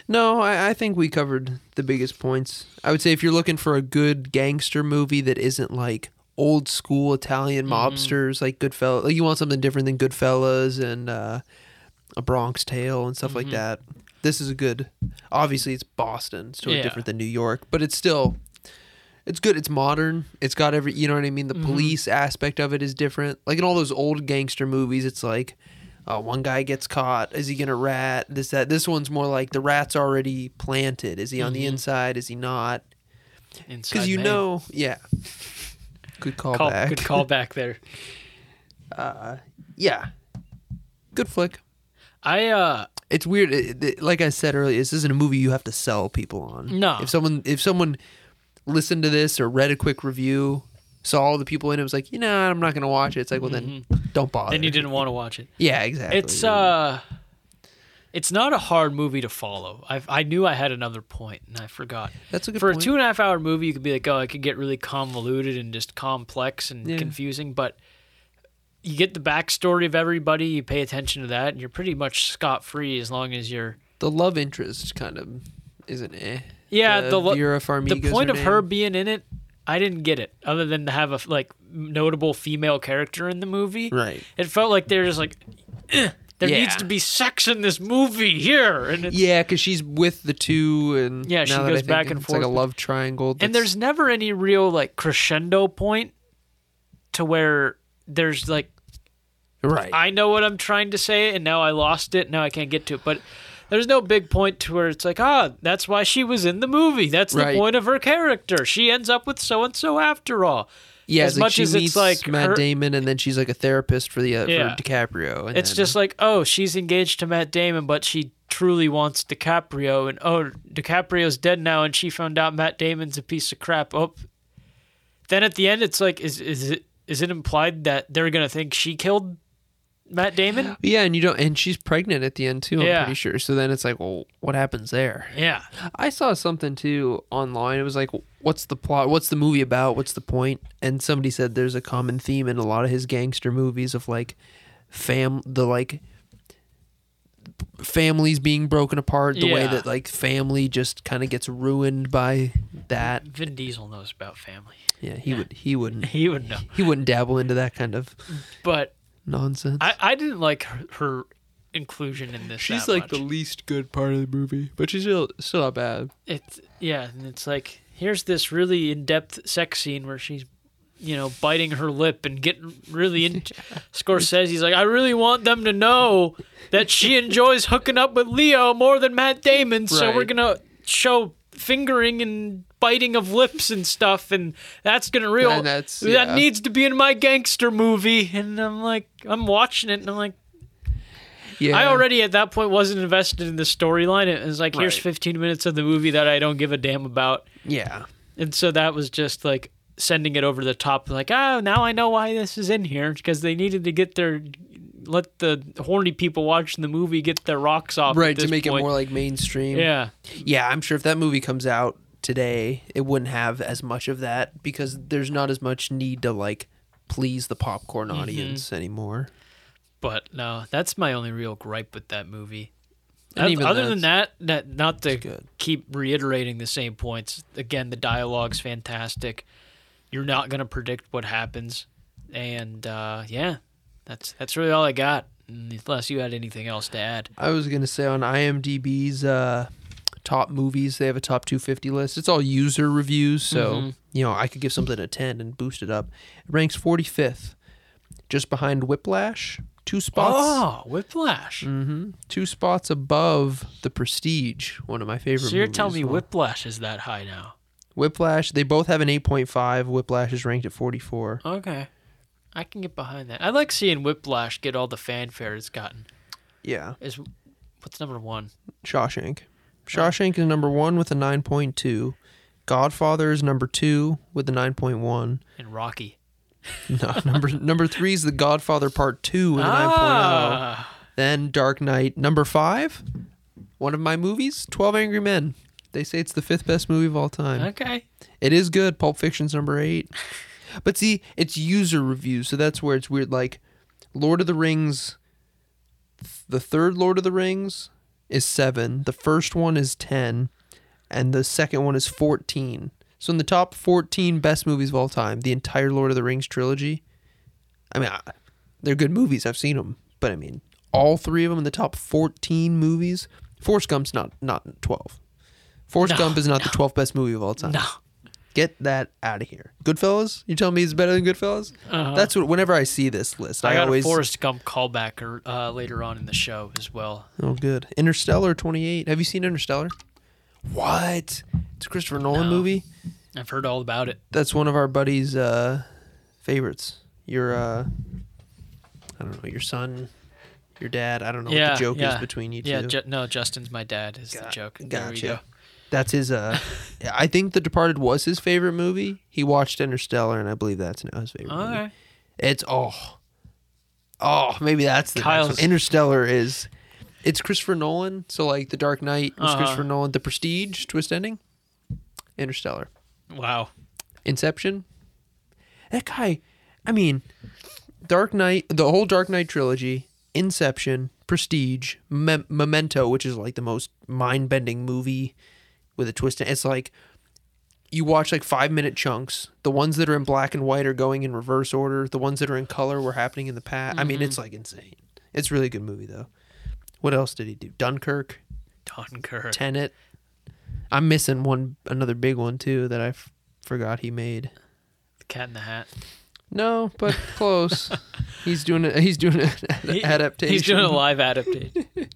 B: No, I, I think we covered the biggest points. I would say if you're looking for a good gangster movie that isn't like old school Italian mobsters like Goodfellas, like you want something different than Goodfellas and uh, a Bronx Tale and stuff like that. This is a good. Obviously, it's Boston. It's totally
A: Yeah.
B: different than New York, but it's still. It's good. It's modern. It's got every. You know what I mean. The police aspect of it is different. Like in all those old gangster movies, it's like, uh, one guy gets caught. Is he gonna rat? This that. This one's more like the rat's already planted. Is he on the inside? Is he not? Because
A: Inside
B: you
A: Man.
B: know. Yeah. Good call,
A: call,
B: back.
A: good call back there.
B: Uh, Yeah. Good flick.
A: I uh,
B: it's weird. It, it- like I said earlier, this isn't a movie you have to sell people on.
A: No.
B: If someone if someone listened to this or read a quick review, saw all the people in it was like, you know, I'm not gonna watch it. It's like, well then, don't bother.
A: Mm-hmm. Then you didn't want to watch it.
B: Yeah, exactly.
A: It's uh, it's not a hard movie to follow. I I knew I had another point and I forgot.
B: That's a good
A: For
B: point.
A: a two and a half hour movie, you could be like, oh, it could get really convoluted and just complex and
B: Yeah.
A: confusing, but you get the backstory of everybody, you pay attention to that, and you're pretty much scot free as long as you're.
B: the love interest kind of isn't eh.
A: Yeah, the lo-
B: Vera Farmiga's
A: the point
B: her
A: of
B: name.
A: her being in it, I didn't get it. Other than to have a like notable female character in the movie,
B: Right.
A: It felt like they're just like, "Eh, there
B: Yeah.
A: needs to be sex in this movie here, and it's,
B: Yeah, because she's with the two, and
A: Yeah, she
B: now that I
A: goes
B: think
A: back
B: of it,
A: and
B: it's like a
A: forth.
B: love triangle.
A: and
B: that's-
A: there's never any real like crescendo point to where there's like
B: right.
A: I know what I'm trying to say, and now I lost it. Now I can't get to it. But there's no big point to where it's like, ah, that's why she was in the movie. That's the
B: Right.
A: point of her character. She ends up with so and so after all.
B: yeah,
A: as
B: it's like
A: much
B: she
A: as it's
B: meets
A: like
B: Matt
A: her-
B: Damon, and then she's like a therapist for the uh,
A: Yeah.
B: for DiCaprio. And
A: It's
B: then-
A: just like, oh, she's engaged to Matt Damon, but she truly wants DiCaprio, and oh, DiCaprio's dead now, and she found out Matt Damon's a piece of crap. Oh, then at the end, it's like, is is it is it implied that they're gonna think she killed Matt Damon?
B: yeah, and you don't, and she's pregnant at the end too. I'm
A: Yeah.
B: pretty sure. So then it's like, well, what happens there?
A: Yeah,
B: I saw something too online. It was like, what's the plot? What's the movie about? What's the point? And somebody said there's a common theme in a lot of his gangster movies of like fam, the like families being broken apart, the way
A: Yeah.
B: that like family just kind of gets ruined by that.
A: Vin Diesel knows about family.
B: Yeah, he would he wouldn't
A: He would know.
B: he wouldn't dabble into that kind of
A: But
B: nonsense.
A: I, I didn't like her, her inclusion in this. that much.
B: least good part of the movie, but she's still still not bad.
A: it's yeah, and it's like here's this really in depth sex scene where she's you know biting her lip and getting really in. Scorsese's like, I really want them to know that she enjoys hooking up with Leo more than Matt Damon, so we're
B: Right.
A: gonna show fingering and biting of lips and stuff and that's gonna real
B: And that's-
A: that
B: yeah.
A: needs to be in my gangster movie and i'm like i'm watching it and i'm like
B: Yeah,
A: I already at that point wasn't invested in the storyline. It was like, here's
B: Right.
A: 15 minutes of the movie that I don't give a damn about.
B: yeah.
A: And so that was just like sending it over the top. Like, oh, now I know why this is in here because they needed to get their let the horny people watching the movie get their rocks off. at
B: Right to
A: this
B: make it
A: point.
B: more like mainstream.
A: Yeah,
B: Yeah, I'm sure if that movie comes out today, it wouldn't have as much of that because there's not as much need to like please the popcorn
A: Mm-hmm.
B: audience anymore.
A: but no, that's my only real gripe with that movie.
B: And
A: Oth-
B: even
A: other than that, that not to
B: good.
A: keep reiterating the same points. Again, the dialogue's fantastic. You're not gonna predict what happens, and uh, yeah, that's that's really all I got. Unless you had anything else to add.
B: I was gonna say on IMDb's uh, top movies, they have a top 250 list. It's all user reviews, so
A: Mm-hmm.
B: you know I could give something a 10 and boost it up. It ranks 45th, just behind Whiplash, two spots,
A: Oh, Whiplash!
B: hmm two spots above The Prestige, one of my favorite.
A: So you're
B: movies
A: telling me
B: as well.
A: Whiplash is that high now?
B: Whiplash? They both have an 8.5. Whiplash is ranked at 44.
A: Okay, I can get behind that. I like seeing Whiplash get all the fanfare it's gotten.
B: Yeah.
A: Is what's number one?
B: Shawshank. Shawshank is number one with a 9.2. Godfather is number two with a 9.1.
A: And Rocky.
B: No, number number three is The Godfather Part Two with a 9.0.
A: Ah,
B: Then Dark Knight. Number five, one of my movies, 12 Angry Men. They say it's the fifth best movie of all time.
A: okay.
B: It is good. Pulp Fiction's number eight. But see, it's user reviews, so that's where it's weird. Like, Lord of the Rings, the third Lord of the Rings is seven, the first one is 10, and the second one is 14. So, in the top 14 best movies of all time, the entire Lord of the Rings trilogy, I mean, I, they're good movies. I've seen them. But I mean, all three of them in the top 14 movies, Forrest Gump's not, not 12. Forrest
A: No,
B: Gump is not the 12th best movie of all time.
A: No.
B: Get that out of here. Goodfellas? You telling me it's better than Goodfellas?
A: Uh-huh.
B: That's what. Whenever I see this list, I,
A: I got
B: always.
A: a Forrest Gump callback or, uh, later on in the show as well.
B: Oh, good. Interstellar twenty eight. Have you seen Interstellar? What? It's a Christopher
A: No.
B: Nolan movie.
A: I've heard all about it.
B: That's one of our buddies' uh, favorites. Your, uh, I don't know, your son, your dad. I don't know
A: yeah,
B: what the joke
A: yeah.
B: is between you two.
A: Yeah, ju- no, Justin's my dad is the
B: Got-
A: joke. There we
B: Gotcha.
A: go.
B: That's his. Uh, I think The Departed was his favorite movie. He watched Interstellar, and I believe that's now his favorite.
A: All
B: movie.
A: right.
B: It's oh, oh, maybe that's the next
A: Kyle's-
B: one. Interstellar is. It's Christopher Nolan, so like The Dark Knight was
A: Uh-huh.
B: Christopher Nolan, The Prestige, Twist Ending, Interstellar,
A: Wow.
B: Inception. That guy, I mean, Dark Knight, the whole Dark Knight trilogy, Inception, Prestige, Mem- Memento, which is like the most mind-bending movie with a twist. It's like you watch like five minute chunks. The ones that are in black and white are going in reverse order. The ones that are in color were happening in the past. I mean, it's like insane. It's a really good movie though. What else did he do? Dunkirk,
A: Dunkirk.
B: Tenet. I'm missing one, another big one too that I f- forgot he made.
A: The Cat in the Hat.
B: No, but close. he's doing a, he's doing an
A: He-
B: adaptation.
A: He's doing a live adaptation.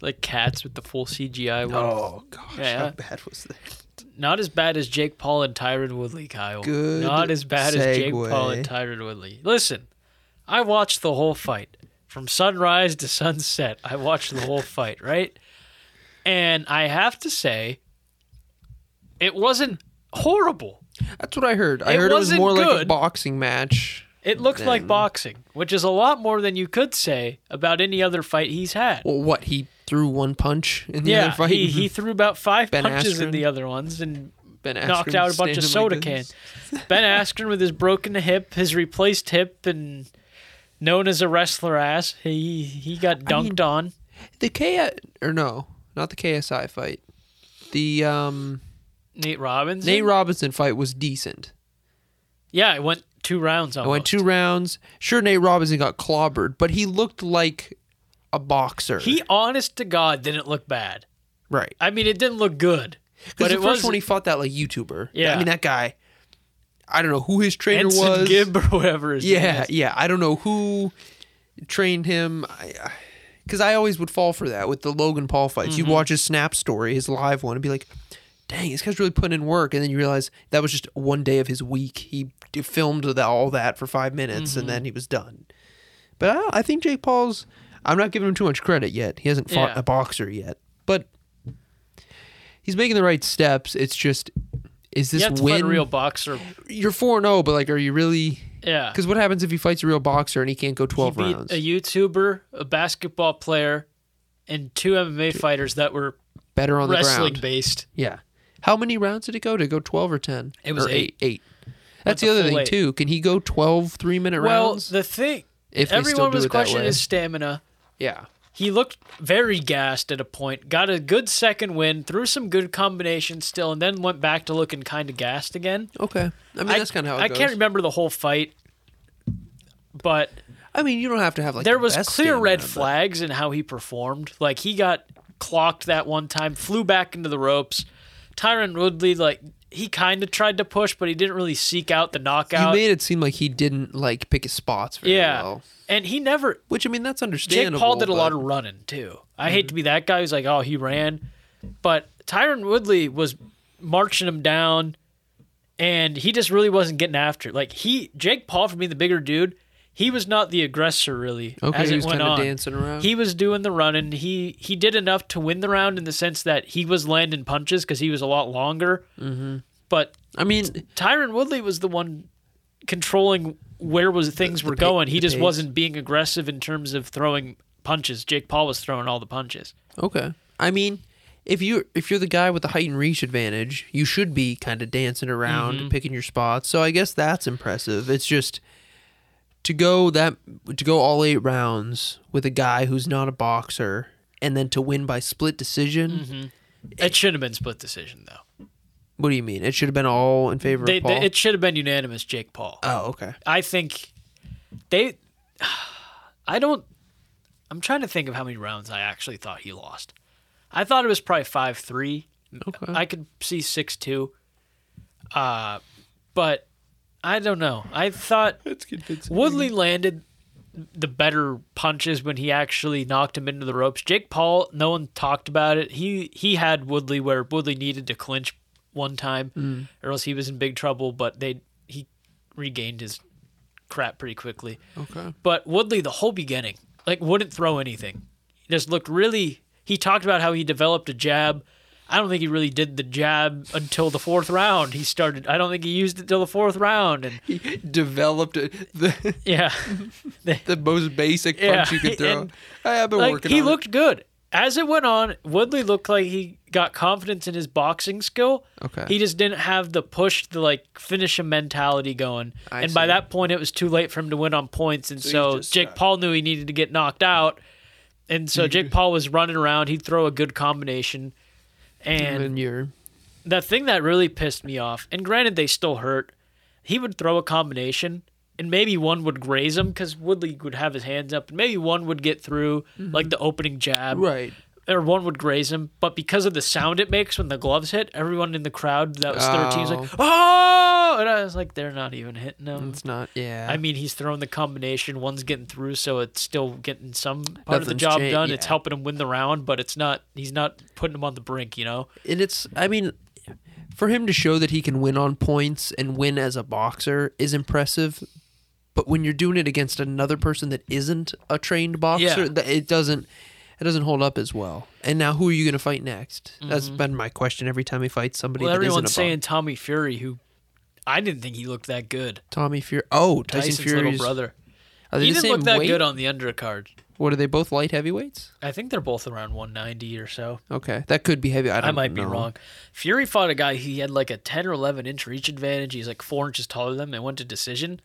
A: like cats with the full CGI one.
B: Oh gosh,
A: Yeah.
B: how bad was that?
A: Not as bad as Jake Paul and Tyron Woodley, Kyle.
B: Good
A: Not as bad as Jake Paul
B: segue.
A: and Tyron Woodley. Listen, I watched the whole fight from sunrise to sunset. I watched the whole fight, right? And I have to say, it wasn't horrible.
B: That's what I heard. I
A: It
B: heard it was
A: wasn't
B: more like a
A: good.
B: boxing match.
A: It looked like
B: Then-
A: boxing, which is a lot more than you could say about any other fight he's had.
B: Well, what he threw one punch in the
A: yeah,
B: other fight.
A: he, he threw about five
B: Ben
A: punches in
B: Askren.
A: the other ones and
B: Ben
A: knocked
B: Askren
A: out a bunch of soda
B: standing like
A: cans.
B: this.
A: Ben Askren with his broken hip, his replaced hip, and known as a wrestler ass. He he got dunked on.
B: The K or no, not the KSI fight. The um,
A: Nate Robbins.
B: Nate Robinson fight was decent.
A: Yeah, it went two rounds.
B: I
A: Almost.
B: went two rounds. Sure, Nate Robinson got clobbered, but he looked like a boxer.
A: He, honest to God, didn't look bad.
B: right
A: I mean, it didn't look good, but
B: because the
A: it
B: first
A: was
B: one he fought that like YouTuber.
A: Yeah.
B: I mean that guy. I don't know who his trainer
A: Ensign
B: was.
A: Gibb or whatever. His name
B: Yeah,
A: is.
B: yeah. I don't know who trained him. Because I, always would fall for that with the Logan Paul fights.
A: Mm-hmm.
B: You'd watch his snap story, his live one, and be like, dang, this guy's really putting in work. And then you realize that was just one day of his week. He d- filmed the, all that for five minutes
A: Mm-hmm.
B: and then he was done. But I, don't- I think Jake Paul's, I'm not giving him too much credit yet. He hasn't fought
A: Yeah.
B: a boxer yet. But he's making the right steps. It's just, is
A: You
B: this
A: have to find
B: win?
A: a real boxer.
B: You're 4 0, but like, are you really.
A: Yeah,
B: Because what happens if he fights a real boxer and he can't go
A: he
B: twelve
A: beat
B: rounds?
A: a YouTuber, a basketball player, and two MMA fighters that were
B: Better on the
A: wrestling
B: ground.
A: based.
B: Yeah. How many rounds did it go? Did it go twelve or ten?
A: It was
B: Or eight. Eight. That's
A: That's a
B: the other
A: full
B: thing
A: eight.
B: too. Can he go 12 3 minute
A: Well,
B: rounds?
A: the thing
B: If they still
A: everyone
B: do
A: was
B: it that
A: questioning
B: way.
A: his stamina.
B: yeah.
A: He looked very gassed at a point, got a good second win, threw some good combinations still, and then went back to looking kind of gassed again.
B: Okay. I mean that's kind of how it
A: I
B: goes.
A: can't remember the whole fight, but
B: I mean you don't have to have like
A: there
B: the
A: was
B: best
A: clear red
B: stamina, but-
A: flags in how he performed. Like he got clocked that one time, flew back into the ropes. Tyron Woodley, like he kind of tried to push, but he didn't really seek out the
B: You
A: knockout.
B: made it seem like he didn't like pick his spots very
A: yeah,
B: well.
A: and he never
B: Which I mean that's
A: Jake
B: understandable.
A: Paul did a lot
B: but-
A: of
B: Mm-hmm.
A: running too. I hate to be that guy who's like, oh, he ran, but Tyron Woodley was marching him down, and he just really wasn't getting after it. Like he, Jake Paul, for being the bigger dude, he was not the aggressor really.
B: Okay,
A: as
B: he
A: it
B: was
A: went
B: kinda
A: on.
B: dancing around.
A: He was doing the running. He he did enough to win the round in the sense that he was landing punches because he was a lot longer. Mm-hmm. But
B: I mean
A: Tyron Woodley was the one controlling where was things were
B: pa-
A: going. He
B: the
A: just
B: pace.
A: wasn't being aggressive in terms of throwing punches. Jake Paul was throwing all the punches.
B: Okay. I mean, if you if you're the guy with the height and reach advantage, you should be kind of dancing
A: Mm-hmm.
B: around, picking your spots. So I guess that's impressive. It's just to go that to go all eight rounds with a guy who's not a boxer and then to win by split decision.
A: Mm-hmm. It should have been split decision though.
B: What do you mean? It should have been all in favor
A: They,
B: of Paul.
A: they, it should have been unanimous. Jake Paul.
B: oh, okay.
A: I think they. I don't. I'm trying to think of how many rounds I actually thought he lost. I thought it was probably five three.
B: Okay.
A: I could see six two. Uh, but I don't know. I thought
B: That's convincing.
A: Woodley landed the better punches when he actually knocked him into the ropes. Jake Paul, no one talked about it. He he had Woodley where Woodley needed to clinch one time, or else he was in big trouble. But they he regained his crap pretty quickly.
B: Okay.
A: But Woodley, the whole beginning, like wouldn't throw anything. He just looked really. He talked about how he developed a jab I don't think he really did the jab until the fourth round. He started. I don't think he used it till the fourth round. And
B: He developed a, the
A: yeah,
B: the most basic
A: Yeah,
B: punch you could throw.
A: and,
B: I have been
A: like
B: working.
A: he
B: on
A: looked good as it went on. Woodley looked like he got confidence in his boxing skill.
B: it. okay.
A: He just didn't have the push, the like finish him mentality going.
B: I
A: and by
B: see.
A: that point, it was too late for him to win on points. And
B: So he
A: so,
B: just
A: Jake
B: got-
A: Paul knew he needed to get knocked out. And so Jake Paul was running around. He'd throw a good combination.
B: and
A: And
B: then you're
A: the thing that really pissed me off, and granted, they still hurt, he would throw a combination. And maybe one would graze him because Woodley would have his hands up, and maybe one would get through like the opening jab,
B: Mm-hmm. right.
A: or one would graze him, but because of the sound it makes when the gloves hit, everyone in the crowd that was 13 was like, oh! And I was like, they're not even hitting him.
B: It's not. Mm, Yeah.
A: I mean, he's throwing the combination, one's getting through, so it's still getting some part of the
B: Nothing's
A: job
B: changed,
A: done. It's
B: yeah.
A: helping him win the round, but it's not, he's not putting him on the brink, you know?
B: and it's I mean for him to show that he can win on points and win as a boxer is impressive but when you're doing it against another person that isn't a trained boxer
A: Yeah.
B: th it doesn't it doesn't hold up as well and now who are you going to fight next that's been my question every time he fights somebody
A: Mm-hmm. Well,
B: that isn't a
A: everyone's
B: boxer
A: saying Tommy Fury, who I didn't think he looked that good.
B: Tommy Fury oh Tyson
A: Tyson's
B: Fury's
A: little brother.
B: are they
A: He
B: the
A: didn't
B: same
A: look that
B: weight?
A: good on the undercard.
B: what are they both light heavyweights
A: I think they're both around 190 or so.
B: okay that could be heavy I,
A: I,
B: don't
A: might be
B: know.
A: wrong. Fury fought a guy. He had like a ten or eleven inch reach advantage. He's like four inches taller than them. They went to decision,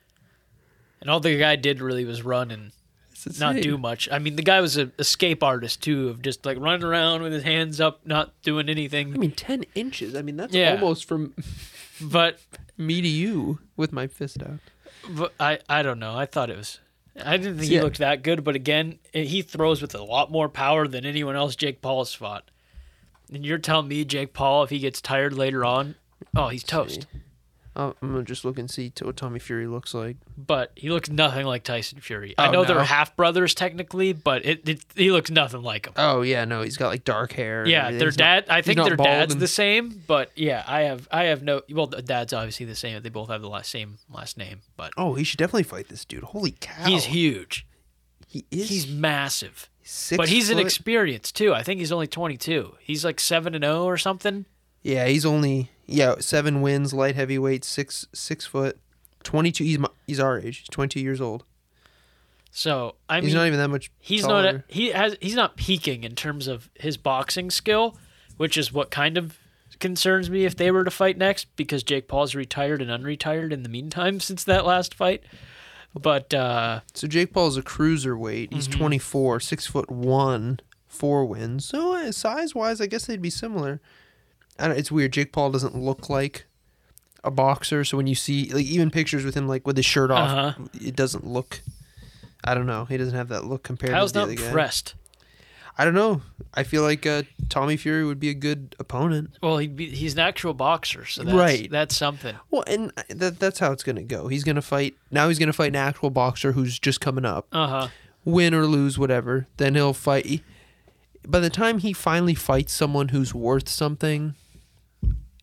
A: and all the guy did really was run and
B: It's
A: not
B: insane.
A: do much. I mean, the guy was an escape artist too, of just like running around with his hands up, not doing
B: I
A: anything.
B: mean 10 inches I mean that's
A: Yeah.
B: almost from
A: But,
B: me to you with my fist out
A: but I I don't know. I thought it was. I didn't think he
B: Yeah.
A: looked that good, but again, i- he throws with a lot more power than anyone else Jake Paul has fought. And you're telling me Jake Paul, if he gets tired later on, oh, he's toast.
B: I'll- Oh, I'm gonna just look and see to what Tommy Fury looks like.
A: but he looks nothing like Tyson Fury. I
B: Oh,
A: know they're
B: no.
A: half brothers technically, but it, it he looks nothing like him.
B: Oh yeah, no, he's got like dark hair. and
A: yeah,
B: everything.
A: their
B: He's not-
A: dad. I
B: he's
A: think
B: not
A: their
B: bald
A: dad's
B: and-
A: the same, but yeah, I have I have no. Well, the dad's obviously the same. They both have the last same last name, but
B: Oh, he should definitely fight this dude. Holy cow!
A: he's huge.
B: he is
A: He's massive,
B: six.
A: but he's
B: foot.
A: inexperienced too. I think he's only twenty two. He's like seven and zero or something.
B: yeah, he's only yeah seven wins, light heavyweight, six six foot, twenty two. He's my, he's our age. He's twenty two years old.
A: So I
B: he's
A: mean,
B: not even that much.
A: he's
B: taller.
A: not he has he's not peaking in terms of his boxing skill, which is what kind of concerns me if they were to fight next because Jake Paul's retired and unretired in the meantime since that last fight. But uh,
B: So Jake Paul's a cruiserweight. He's
A: Mm-hmm.
B: four, six foot one, four wins. So size wise, I guess they'd be similar. I don't, it's weird. Jake Paul doesn't look like a boxer. So when you see like even pictures with him like with his shirt off,
A: Uh-huh.
B: it doesn't look. I don't know. He doesn't have that look compared
A: Kyle's
B: to the
A: not
B: other guy.
A: impressed.
B: I don't know. I feel like uh, Tommy Fury would be a good opponent.
A: Well, he'd be, he's an actual boxer, so that's,
B: Right.
A: that's something.
B: Well, and uh, that, that's how it's gonna go. He's gonna fight now. He's gonna fight an actual boxer who's just coming up.
A: Uh huh.
B: win or lose, whatever, then he'll fight. he- By the time he finally fights someone who's worth something,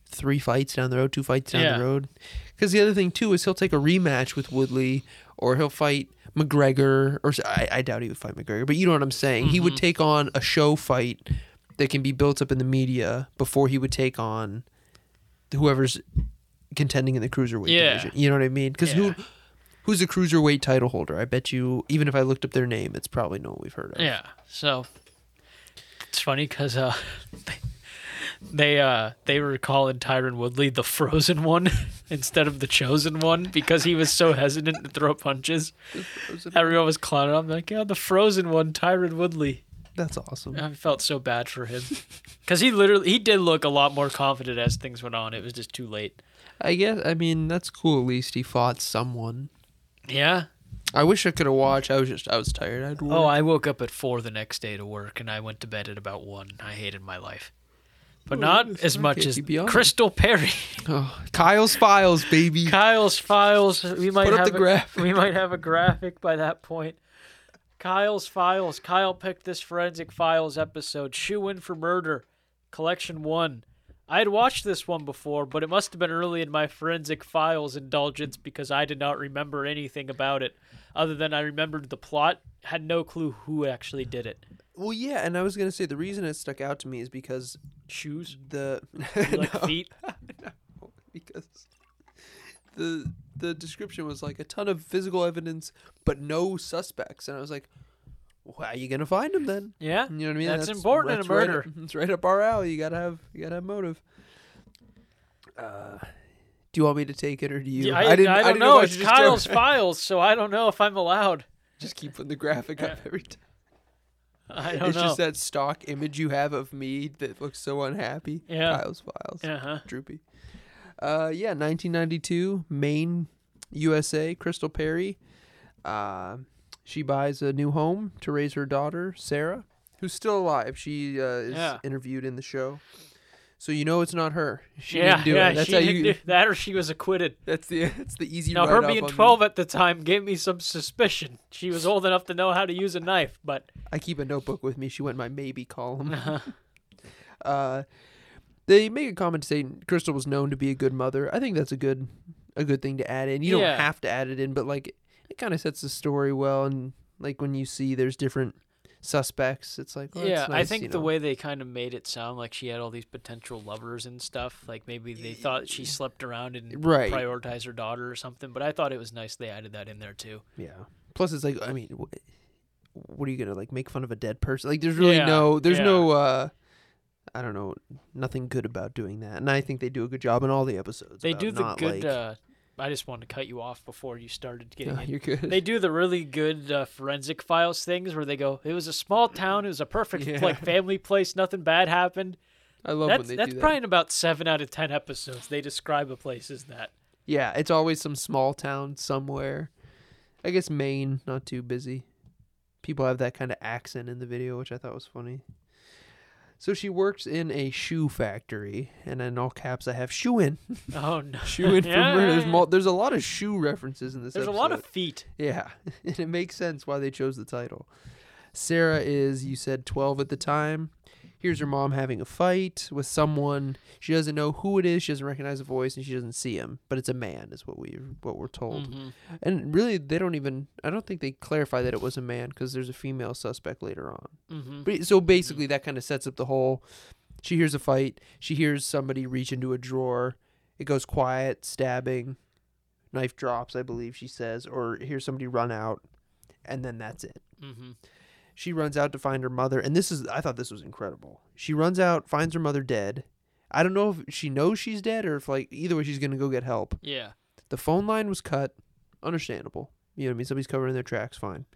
B: three fights down the road, two fights down
A: Yeah.
B: the road. Because the other thing too is he'll take a rematch with Woodley, or he'll fight McGregor, or s- I, I doubt he would fight McGregor, but you know what I'm saying. He
A: Mm-hmm.
B: would take on a show fight that can be built up in the media before he would take on whoever's contending in the cruiserweight
A: Yeah.
B: division. You know what I mean? Because
A: Yeah.
B: who who's a cruiserweight title holder? I bet you, even if I looked up their name, it's probably no one we've heard of.
A: Yeah. So it's funny because uh, they uh, they were calling Tyron Woodley the frozen one instead of the chosen one because he was so hesitant to throw punches. Everyone was clowning on like, yeah, the frozen one, Tyron Woodley.
B: That's awesome.
A: I felt so bad for him because he literally he did look a lot more confident as things went on. It was just too late.
B: I guess, I mean, that's cool. At least he fought someone.
A: Yeah.
B: I wish I could have watched. I was just, I was tired. I'd
A: Oh, I woke up at four the next day to work, and I went to bed at about one. I hated my life, but not
B: that's
A: as
B: not
A: much
B: good
A: as
B: to be honest.
A: Crystal Perry.
B: oh, Kyle's files, baby.
A: Kyle's files. We might
B: Put up
A: have
B: the
A: a,
B: graphic.
A: We might have a graphic by that point. Kyle's files. Kyle picked this forensic files episode. Shoe in for murder, collection one. I had watched this one before, but it must have been early in my forensic files indulgence because I did not remember anything about it, other than I remembered the plot. Had no clue who actually did it.
B: Well, yeah, and I was gonna say the reason it stuck out to me is because
A: Shoes,
B: the
A: You like
B: No.
A: feet.
B: because the the description was like a ton of physical evidence but no suspects and i was like well, how are you gonna find them then
A: Yeah,
B: you know what i mean
A: That's important in a
B: right
A: murder.
B: up- it's right up our alley you gotta have you gotta have motive uh do you want me to take it or do you
A: Yeah, I, I, don't
B: didn't
A: know.
B: if I
A: It's
B: should just
A: Kyle's
B: throw-
A: files, so I don't know if I'm allowed.
B: just keep putting the graphic up every time
A: I don't
B: it's
A: know.
B: just that stock image you have of me that looks so unhappy
A: Yeah.
B: kyle's files
A: uh-huh.
B: droopy. Uh, yeah, 1992, Maine, USA. Crystal Perry. Uh, she buys a new home to raise her daughter Sarah, who's still alive. She uh, is
A: Yeah.
B: interviewed in the show, so you know it's not her. She
A: yeah,
B: didn't do
A: yeah.
B: it. That's
A: she
B: how
A: didn't
B: you.
A: do that, or she was acquitted.
B: That's the that's the easy.
A: Now, her
B: write-off
A: being
B: on me.
A: 12 at the time gave me some suspicion. She was old enough to know how to use a knife, but
B: I keep a notebook with me. She went in my maybe column. uh, they make a comment saying Crystal was known to be a good mother. I think that's a good a good thing to add in. You
A: Yeah.
B: don't have to add it in, but like it kind of sets the story well. And like when you see there's different suspects, it's like well,
A: yeah,
B: that's
A: I
B: nice,
A: think
B: you
A: the
B: know.
A: way they kind of made it sound like she had all these potential lovers and stuff, like maybe they thought she slept around and
B: Right.
A: prioritized her daughter or something. But I thought it was nice they added that in there too.
B: yeah. Plus, it's like I mean, wh- what are you gonna like make fun of a dead person? Like there's really
A: Yeah,
B: no there's
A: yeah.
B: no. uh I don't know, nothing good about doing that, and I think they do a good job in all the episodes.
A: They
B: about
A: do the
B: not,
A: good.
B: like-
A: uh, I just wanted to cut you off before you started getting
B: No,
A: in.
B: you're good.
A: they do the really good uh, forensic files things where they go, it was a small town, it was a perfect
B: Yeah.
A: like family place, nothing bad happened.
B: I love
A: that's
B: when they
A: that's
B: do that.
A: probably in about seven out of ten episodes they describe a place as that.
B: yeah, it's always some small town somewhere. I guess Maine, not too busy. People have that kind of accent in the video, which I thought was funny. So she works in a shoe factory, and in all caps, I have shoe in,
A: Oh no,
B: shoe in
A: Yeah,
B: for murder.
A: yeah,
B: There's,
A: yeah.
B: mul- there's a lot of shoe references in this.
A: There's a lot of
B: episode.
A: feet.
B: yeah, and it makes sense why they chose the title. Sarah is, you said, 12 at the time. Here's her mom having a fight with someone. She doesn't know who it is. She doesn't recognize the voice, and she doesn't see him. But it's a man, is what we what we're told.
A: Hmm. Mm-hmm.
B: And really, they don't even. I don't think they clarify that it was a man because there's a female suspect later on.
A: hmm
B: But so basically, that kind of sets up the whole. She hears a fight. She hears somebody reach into a drawer. It goes quiet, stabbing, knife drops, I believe she says, or hears somebody run out, and then that's it.
A: hmm
B: She runs out to find her mother, and this is I thought this was incredible. She runs out, finds her mother dead. I don't know if she knows she's dead or if like either way she's gonna go get help.
A: Yeah.
B: The phone line was cut. Understandable. You know what I mean? Somebody's covering their tracks, fine.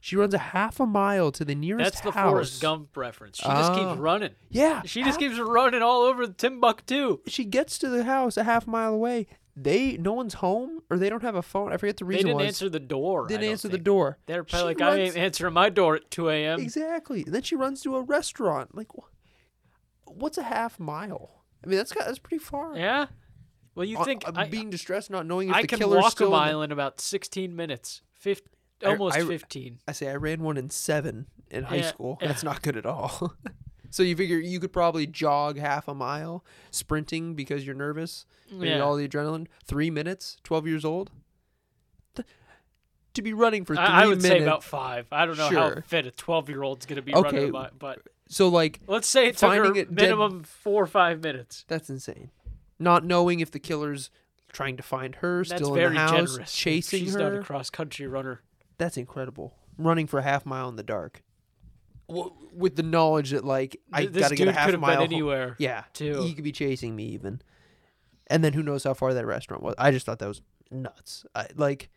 B: She runs a half a mile to the nearest
A: That's the
B: house. Ah.
A: Forrest Gump reference. She just
B: Oh.
A: keeps running.
B: Yeah.
A: She just
B: half-
A: keeps running all over Timbuktu.
B: she gets to the house a half mile away. They no one's home or they don't have a phone. I forget the
A: They
B: reason
A: didn't
B: was.
A: answer the door.
B: didn't
A: I don't
B: answer the
A: think.
B: door.
A: They're
B: She
A: probably like, I
B: runs-
A: ain't answering my door at 2 a.m.
B: Exactly. And then she runs to a restaurant. Like, wh- what's a half mile? I mean, that's got, that's pretty far.
A: Yeah. Well, you
B: On-
A: think
B: on
A: I,
B: Uh, being distressed, not knowing if
A: I
B: the
A: can
B: killer's
A: walk
B: still.
A: a
B: in the-
A: mile in about 16 minutes, Fif- almost
B: I-
A: 15.
B: I say I ran one in seven in high
A: Yeah,
B: school.
A: yeah.
B: That's not good at all. so you figure you could probably jog half a mile, sprinting because you're nervous, maybe
A: Yeah.
B: all the adrenaline. Three minutes, twelve years old. Th- to be running for three
A: I, I would
B: minutes.
A: say about five. I don't know how
B: Sure.
A: fit a 12 year old's going to be
B: Okay.
A: running about, but
B: so like
A: let's say it took her
B: Finding it dead-
A: minimum four or five minutes.
B: That's insane. Not knowing if the killer's trying to find her,
A: That's
B: still in
A: very
B: the house,
A: generous.
B: chasing
A: She's not
B: her.
A: a cross country runner.
B: That's incredible. Running for a half mile in the dark, w- with the knowledge that like I
A: Th- this
B: gotta
A: dude
B: get a
A: could
B: half
A: have
B: mile.
A: been
B: ho-
A: anywhere.
B: yeah,
A: too.
B: He could be chasing me even, and then who knows how far that restaurant was? I just thought that was nuts. I, like,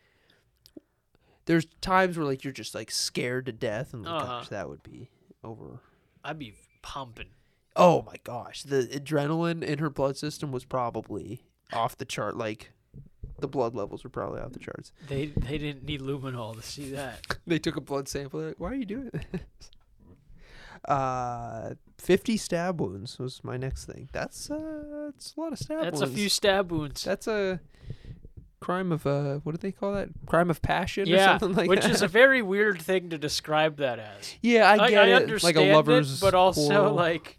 B: there's times where like you're just like scared to death, and like,
A: Uh-huh.
B: gosh, that would be over.
A: I'd be pumping.
B: Oh my gosh, the adrenaline in her blood system was probably off the chart. Like the blood levels were probably off the charts.
A: They they didn't need luminol to see that.
B: They took a blood sample. They're like, Why are you doing this? Uh, fifty stab wounds was my next thing. That's uh, that's a lot of stab
A: That's a
B: wounds.
A: few stab wounds.
B: That's a crime of uh, what do they call that? Crime of passion
A: yeah,
B: or something like
A: which
B: that.
A: is a very weird thing to describe that as.
B: yeah, I get
A: I,
B: it. It's
A: understand
B: like a lover's,
A: it, but also
B: quarrel.
A: like,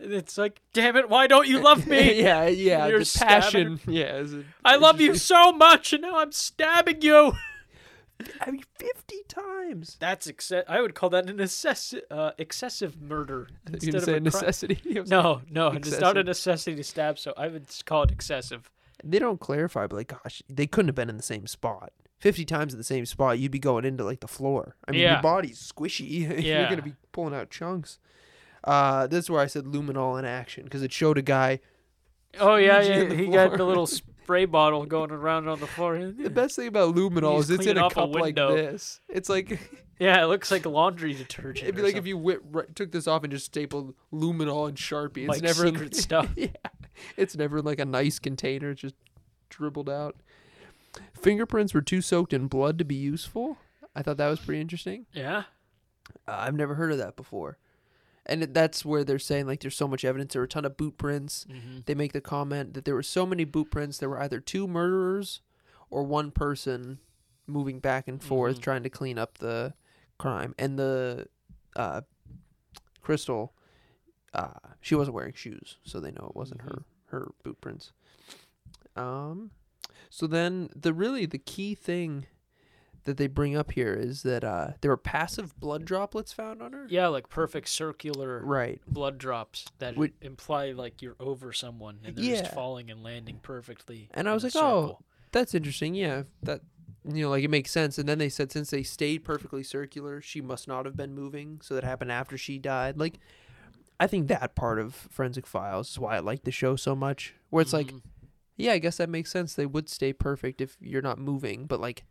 A: it's like, damn it, why don't you love me?
B: yeah, yeah,
A: you're
B: the
A: stabbing
B: passion. Yeah, is it-
A: I love you so much, and now I'm stabbing you.
B: I mean, 50 times.
A: That's exce- I would call that an excess- uh, excessive murder
B: You
A: instead
B: didn't
A: of
B: say
A: a crime.
B: necessity. I was
A: No, no, it's not a
B: Excessive.
A: necessity to stab. So I would s- call it excessive.
B: they don't clarify, but like, gosh, they couldn't have been in the same spot. 50 times in the same spot, you'd be going into like the floor. I mean,
A: Yeah.
B: your body's squishy. You're
A: Yeah.
B: going to be pulling out chunks. Uh, this is where I said luminol in action because it showed a guy.
A: Oh yeah,
B: you
A: yeah.
B: on the
A: He got the
B: floor.
A: little spray bottle going around on the floor.
B: The best thing about luminol
A: He's
B: is it's in
A: cleaning
B: a
A: off a
B: cup like
A: window.
B: this. It's like it'd
A: Yeah, it looks like laundry detergent.
B: be like if you whip, right, took this off and just stapled luminol and sharpie. It's
A: like
B: never
A: secret stuff.
B: yeah, it's never in like a nice container. It's just dribbled out. Fingerprints were too soaked in blood to be useful. I thought that was pretty interesting.
A: Yeah,
B: Uh, I've never heard of that before. And it- that's where they're saying like there's so much evidence. There were a ton of boot prints. They make the comment that there were so many boot prints. There were either two murderers or one person moving back and forth trying to clean up the crime. And the uh, Crystal, uh, she wasn't wearing shoes, so they know it wasn't her her boot prints. Um, so then the really the key thing that they bring up here is that uh, there were passive blood droplets found on her.
A: yeah, like perfect circular
B: Right.
A: blood drops that
B: Would-
A: imply like you're over someone and they're
B: Yeah.
A: just falling and landing perfectly.
B: And I
A: in
B: was
A: a
B: like, oh,
A: circle.
B: that's interesting. Yeah, that you know, like it makes sense. And then they said since they stayed perfectly circular, she must not have been moving. So that happened after she died. Like, I think that part of Forensic Files is why I like the show so much. Where it's
A: Mm-hmm.
B: like, yeah, I guess that makes sense. They would stay perfect if you're not moving. But like,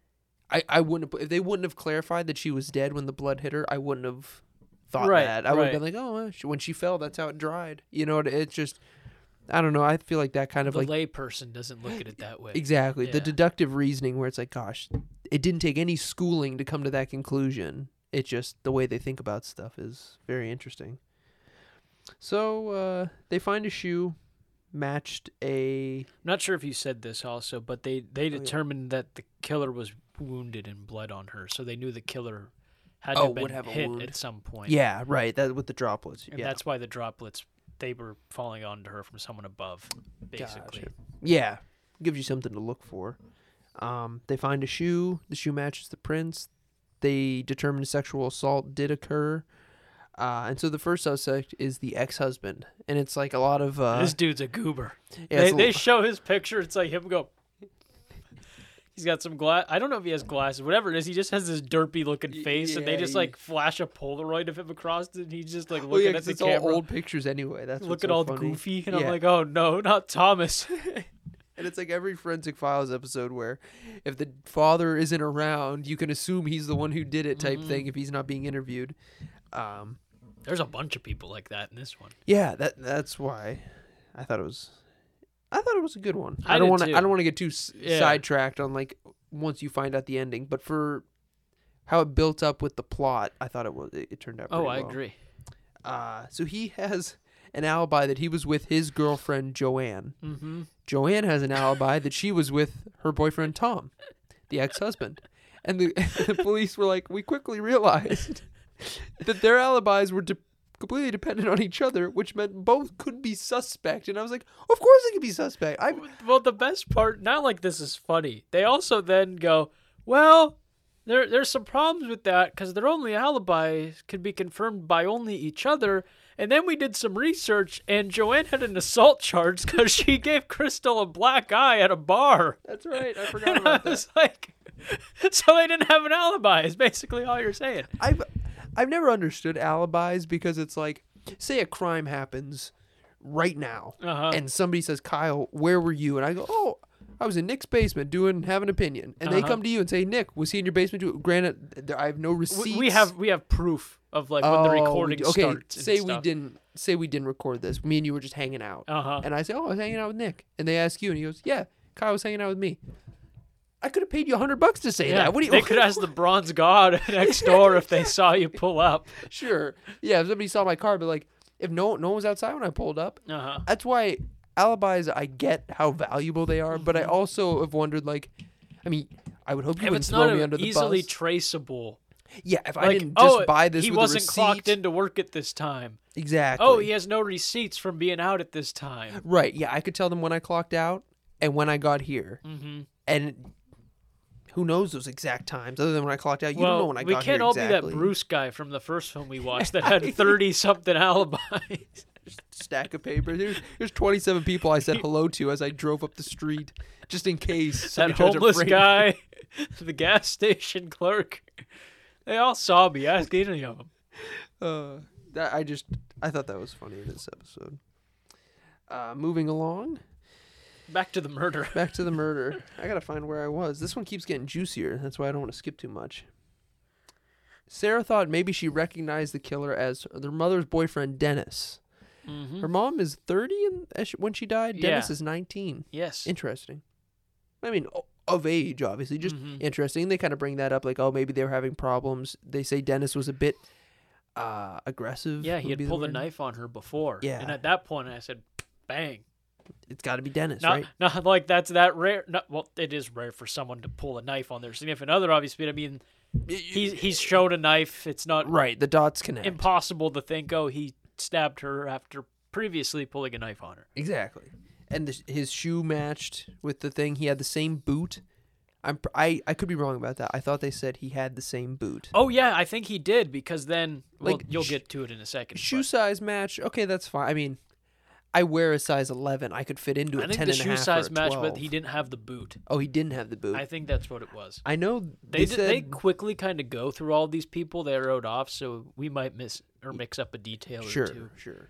B: I I wouldn't have, if they wouldn't have clarified that she was dead when the blood hit her. I wouldn't have thought
A: Right,
B: that. I would
A: right.
B: have been like, oh, well, she, when she fell, that's how it dried. You know, it- it's just. I don't know. I feel like that kind of
A: the
B: like
A: lay person doesn't look at it that way.
B: Exactly. The
A: Yeah.
B: deductive reasoning where it's like, gosh, it didn't take any schooling to come to that conclusion. It just the way they think about stuff is very interesting. So uh, they find a shoe matched a
A: I'm not sure if you said this also, but they
B: Oh,
A: they determined that the killer was wounded and blood on her, so they knew the killer had
B: Oh,
A: to have been
B: would have a
A: hit
B: wound.
A: at some point.
B: yeah right that with the droplets
A: and
B: yeah
A: that's why the droplets they were falling onto her from someone above, basically.
B: Gotcha. yeah gives you something to look for. Um, they find a shoe. The shoe matches the prints. They determine sexual assault did occur. Uh, and so the first suspect is the ex-husband, and it's like a lot of uh,
A: This dude's a goober.
B: yeah,
A: they,
B: it's a-
A: they show his picture. It's like him go. He's got some glass. I don't know if he has glasses. Whatever it is, he just has this derpy looking
B: Y-
A: face, and they
B: yeah,
A: just
B: he-
A: like flash a Polaroid of him across, it, and he's just like looking
B: Well, yeah,
A: at
B: 'cause
A: the
B: it's
A: camera,
B: all old pictures anyway. That's what's
A: looking
B: so
A: all
B: funny.
A: goofy, and
B: Yeah.
A: I'm like, oh no, not Thomas.
B: and it's like every Forensic Files episode where, if the father isn't around, you can assume he's the one who did it
A: Mm-hmm.
B: type thing if he's not being interviewed. Um,
A: There's a bunch of people like that in this one.
B: yeah, that that's why I thought it was, I thought it was a good one.
A: I
B: I, don't
A: did
B: want to,
A: too.
B: I don't want to get too s-
A: Yeah.
B: sidetracked on like once you find out the ending, but for how it built up with the plot, I thought it was it, it turned out.
A: Oh,
B: pretty
A: I
B: well.
A: agree.
B: Uh, so he has an alibi that he was with his girlfriend Joanne.
A: Mm-hmm.
B: Joanne has an alibi that she was with her boyfriend Tom, the ex-husband. And the, the police were like, we quickly realized that their alibis were de- completely dependent on each other, which meant both could be suspect. And I was like, of course they could be suspect. I
A: Well, the best part, not like this is funny. They also then go, well, there there's some problems with that because their only alibis could be confirmed by only each other. And then we did some research, and Joanne had an assault charge because she gave Crystal a black eye at a bar.
B: that's right. I forgot
A: And I
B: about that.
A: was like, so they didn't have an alibi. Is basically all you're saying.
B: I've I've never understood alibis because it's like, say a crime happens right now,
A: Uh-huh.
B: and somebody says, "Kyle, where were you?" and I go, "Oh, I was in Nick's basement doing have an opinion," and they
A: Uh-huh.
B: come to you and say, "Nick, was he in your basement?" Doing, granted, th- there- I have no receipts.
A: We, we have we have proof of like when
B: Oh,
A: the
B: we
A: recording
B: do- okay,
A: starts.
B: say we didn't. Say we didn't record this. Me and you were just hanging out,
A: Uh huh.
B: and I say, "Oh, I was hanging out with Nick," and they ask you, and he goes, "Yeah, Kyle was hanging out with me." I could have paid you a hundred bucks to say
A: Yeah,
B: that. What do you?
A: they could ask the bronze god next door if they saw you pull up.
B: Sure. Yeah, if somebody saw my car, but like if no no one was outside when I pulled up,
A: Uh-huh.
B: that's why alibis I get how valuable they are, but I also have wondered like I mean, I would hope you
A: Mm-hmm. If
B: wouldn't
A: it's
B: throw
A: not
B: me
A: a-
B: under the
A: easily
B: bus.
A: traceable,
B: yeah, if I
A: like
B: didn't just
A: oh,
B: buy this
A: he
B: with
A: wasn't
B: a receipt.
A: clocked into work at this time.
B: Exactly.
A: Oh, he has no receipts from being out at this time.
B: Right. Yeah, I could tell them when I clocked out and when I got here. Mm-hmm. And Who knows those exact times other than when I clocked out? You
A: well,
B: don't know when I
A: we
B: got
A: can't
B: here
A: all be
B: exactly.
A: that Bruce guy from the first film we watched that had thirty something alibis.
B: stack of paper. There's, there's 27 people I said hello to as I drove up the street, just in case.
A: that
B: somebody tries to
A: homeless
B: rape-
A: guy, the gas station clerk. They all saw me. I asked any of them.
B: Uh, that I just I thought that was funny in this episode. Uh, moving along,
A: Back to the murder.
B: back to the murder. I gotta find where I was. This one keeps getting juicier. That's why I don't want to skip too much. Sarah thought maybe she recognized the killer as their mother's boyfriend, Dennis.
A: Mm-hmm.
B: Her mom is 30 and as she- when she died, Dennis
A: Yeah.
B: is 19.
A: Yes.
B: Interesting. I mean, o- of age, obviously, just
A: Mhm.
B: interesting. They kind of bring that up, like, oh, maybe they were having problems. They say Dennis was a bit uh, aggressive.
A: Yeah, he
B: would
A: had
B: be the
A: pulled a
B: word.
A: knife on her before.
B: Yeah.
A: And at that point, I said, bang.
B: It's got to be Dennis,
A: Not,
B: right?
A: not like that's that rare. Not, well, it is rare for someone to pull a knife on their significant other, obviously, but I mean, he's, he's shown a knife. It's not
B: Right, the dots connect.
A: impossible to think, oh, he stabbed her after previously pulling a knife on her.
B: exactly. And the, his shoe matched with the thing. He had the same boot. I'm pr- I, I could be wrong about that. I thought they said he had the same boot.
A: Oh, yeah, I think he did because then, well,
B: Like,
A: you'll
B: sh-
A: get to it in a second.
B: Shoe
A: but
B: size match. Okay, that's fine. I mean, I wear a size 11. I could fit into a
A: I think
B: 10
A: the
B: and a
A: shoe
B: half or
A: size
B: a
A: match, but
B: 12.
A: he didn't have the boot.
B: Oh, he didn't have the boot.
A: I
B: I,
A: think that's what it was.
B: know
A: They
B: they
A: did,
B: said
A: they quickly kind of go through all these people they wrote off, so we might miss or mix up a detail
B: Sure, Uh,
A: or two.
B: sure.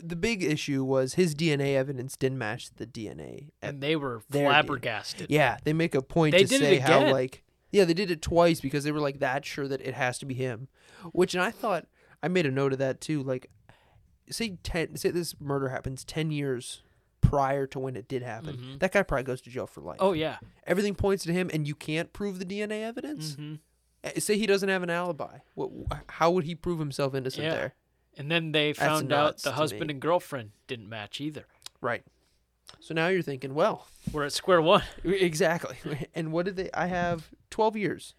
B: The big issue was his DNA evidence didn't match the DNA.
A: And they were
B: Their
A: flabbergasted.
B: Yeah, they make a point
A: They
B: to
A: did it
B: say how
A: again.
B: like yeah they did it twice because they were like that sure that it has to be him, which and I thought I made a note of that too. Like say ten say this murder happens ten years prior to when it did happen, that guy probably goes to jail for life.
A: Mm-hmm. Oh yeah,
B: Everything points to him, and you can't prove the DNA evidence.
A: Mm-hmm.
B: Eh, Say he doesn't have an alibi. What? How would he prove himself innocent
A: Yeah.
B: there?
A: and then they found out
B: nuts
A: the
B: to
A: husband
B: me.
A: and girlfriend didn't match either.
B: Right. So now you're thinking, well,
A: We're at square one.
B: E, exactly. And what did they? I have 12 years.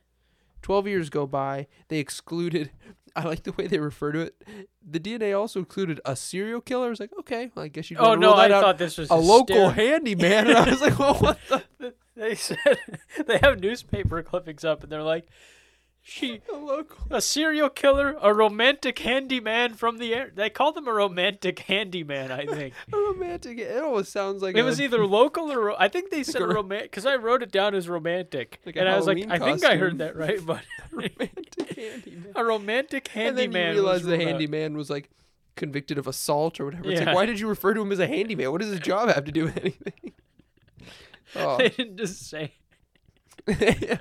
B: 12 years go by. They excluded, I like the way they refer to it. The DNA also included a serial killer. I was like, okay, well, I guess you'd
A: Oh
B: wanna
A: no,
B: rule
A: I
B: that out.
A: thought this was
B: a local
A: hysterical.
B: handyman. And I was like, well, what the?
A: They said they have newspaper clippings up, and they're like, she.
B: A local.
A: A serial killer, a romantic handyman from the air. They call them a romantic handyman, I think.
B: A romantic. It almost sounds like
A: It
B: a,
A: was either local or ro- I think they said
B: a
A: a
B: ro-
A: romantic because I wrote it down as romantic,
B: Like a
A: and I was like,
B: Halloween
A: I think I
B: costume.
A: heard that right, but
B: romantic handyman.
A: a romantic
B: And then you
A: handyman.
B: realize
A: was
B: the
A: ruled out.
B: handyman was like convicted of assault or whatever. It's
A: Yeah.
B: like, why did you refer to him as a handyman? What does his job have to do with anything? Oh.
A: They didn't just say.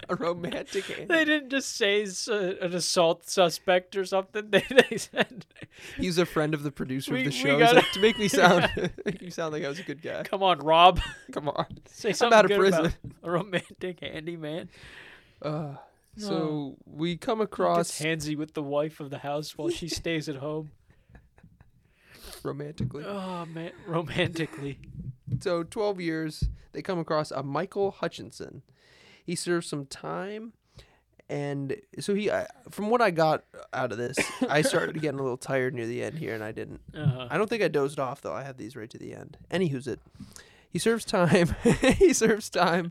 B: a romantic hand.
A: They didn't just say s- uh, an assault suspect or something. They, they said,
B: He's a friend of the producer
A: We-
B: of
A: we
B: the show. He's
A: gotta-
B: like, to make me sound, make you sound like I was a good guy.
A: "Come on, Rob,
B: Come on.
A: say
B: I'm
A: something
B: out of
A: good
B: prison.
A: about a romantic handyman."
B: Uh, so we come
A: Gets
B: across
A: handsy with the wife of the house while she stays at home.
B: romantically.
A: Oh man, romantically.
B: So 12 years, they come across a Michael Hutchinson. He served some time. And so he, I, from what I got out of this, I started getting a little tired near the end here, and I didn't.
A: Uh-huh.
B: I don't think I dozed off though. I have these right to the end. Anywho's it. He serves time. he serves time,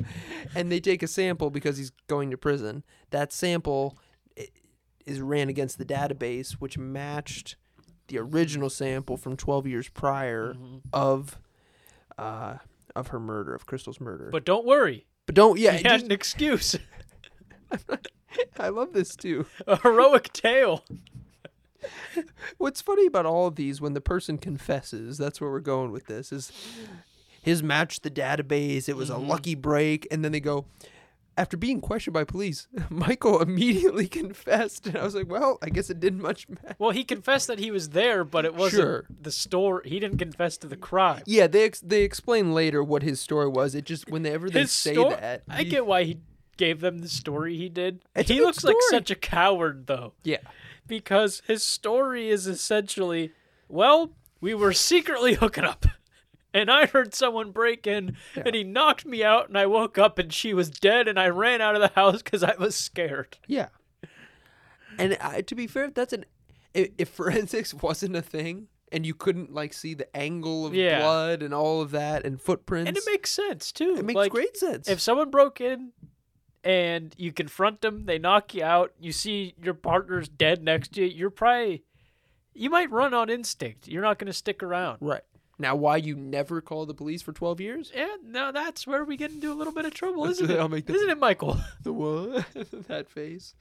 B: and they take a sample because he's going to prison. That sample i- is ran against the database, which matched the original sample from 12 years prior of uh, of her murder, of Crystal's murder.
A: But don't worry,
B: But don't, yeah.
A: he had
B: just-
A: an excuse.
B: I love this too.
A: a heroic tale.
B: What's funny about all of these when the person confesses, that's where we're going with this, is his match the database, it was
A: Mm-hmm.
B: a lucky break, and then they go after being questioned by police, Michael immediately confessed and I was like, Well, I guess it didn't much matter.
A: Well, he confessed that he was there, but it wasn't
B: Sure.
A: the store. He didn't confess to the crime.
B: Yeah, they ex- they explain later what his story was. It just whenever they
A: His
B: say
A: sto-
B: that
A: I
B: he-
A: get why he gave them the story he did.
B: It's a
A: he
B: good
A: looks like
B: story.
A: such a coward, though,
B: Yeah.
A: because his story is essentially, well, we were secretly hooking up. And I heard someone break in, and he knocked me out, and I woke up, and she was dead, and I ran out of the house because I was scared.
B: Yeah. And I, to be fair, that's an if, if forensics wasn't a thing and you couldn't like see the angle of
A: Yeah.
B: blood and all of that and footprints,
A: And it makes sense too.
B: it makes
A: like,
B: great sense.
A: If someone broke in and you confront them. They knock you out. You see your partner's dead next to you. You're probably, you might run on instinct. You're not going to stick around.
B: Right. Now, why you never call the police for 12 years?
A: And now that's where we get into a little bit of trouble, isn't
B: I'll
A: it?
B: make the-
A: Isn't it, Michael?
B: The what? that face.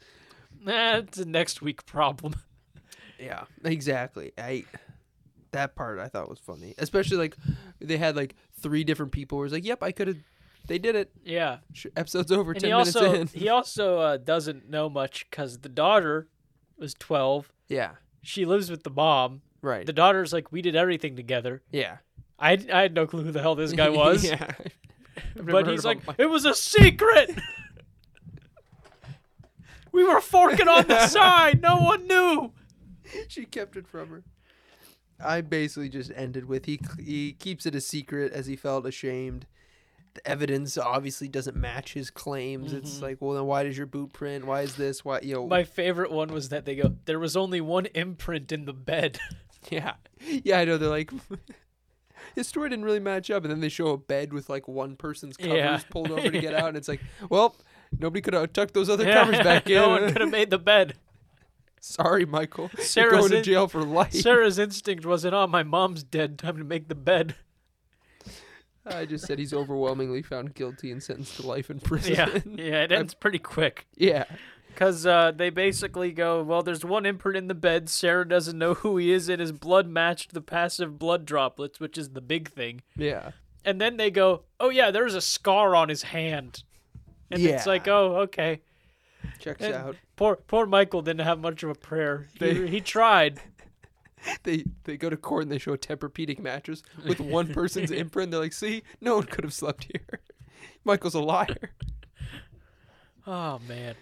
A: That's a next week problem.
B: Yeah, exactly. I that part I thought was funny, especially like they had like three different people. Where it's like, yep, I could have. They did it.
A: Yeah.
B: Sh- Episode's over.
A: And
B: Ten
A: he
B: minutes
A: also
B: in.
A: he also uh, doesn't know much because the daughter was 12.
B: yeah.
A: She lives with the mom.
B: Right.
A: The daughter's like, we did everything together.
B: yeah.
A: I, I had no clue who the hell this guy was.
B: yeah. I've never
A: but
B: heard
A: he's
B: of
A: like,
B: him.
A: it was a secret. we were forking on the side. No one knew.
B: she kept it from her. I basically just ended with he he keeps it a secret as he felt ashamed. The evidence obviously doesn't match his claims. It's
A: Mm-hmm.
B: like, well, then why does your boot print? Why is this? Why you know?
A: My favorite one was that they go, there was only one imprint in the bed.
B: yeah, yeah, I know. They're like, his story didn't really match up, and then they show a bed with like one person's covers
A: Yeah.
B: pulled over to get out, and it's like, well, nobody could have tucked those other
A: Yeah,
B: covers back in.
A: no one could have made the bed.
B: Sorry, Michael.
A: Sarah's
B: You're going to
A: in-
B: jail for life.
A: Sarah's instinct wasn't on. My mom's dead. Time to make the bed.
B: I just said he's overwhelmingly found guilty and sentenced to life in prison.
A: Yeah, yeah. It ends pretty quick
B: Yeah.
A: because uh, they basically go, well, there's one imprint in the bed. Sarah doesn't know who he is, and his blood matched the passive blood droplets, which is the big thing.
B: Yeah.
A: and then they go, "Oh yeah, there's a scar on his hand," and it's
B: Yeah.
A: like, "Oh okay."
B: Checks
A: And
B: out.
A: Poor poor Michael didn't have much of a prayer. He, he tried.
B: They they go to court and they show a Tempur-Pedic mattress with one person's imprint. They're like, "See, no one could have slept here." Michael's a liar.
A: Oh man,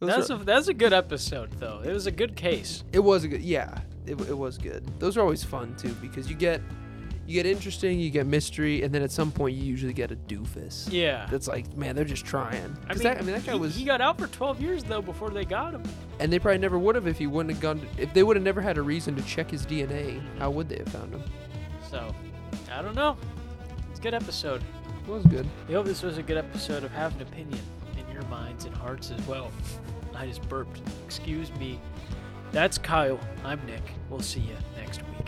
B: Those
A: that's
B: are-
A: a that's a good episode though. It was a good case.
B: it was a good. Yeah, it, it was good. Those are always fun too because you get you get interesting, you get mystery, and then at some point you usually get a doofus.
A: Yeah.
B: That's like, man, they're just trying. 'Cause that, I mean, that guy
A: he,
B: was,
A: He got out for 12 years though before they got him.
B: and they probably never would have if he wouldn't have gone. To, if they would have never had a reason to check his DNA, how would they have found him?
A: So, I don't know. It's a good episode.
B: It was good.
A: We hope this was a good episode of Have an Opinion in your minds and hearts as well. I just burped. Excuse me. That's Kyle. I'm Nick. We'll see you next week.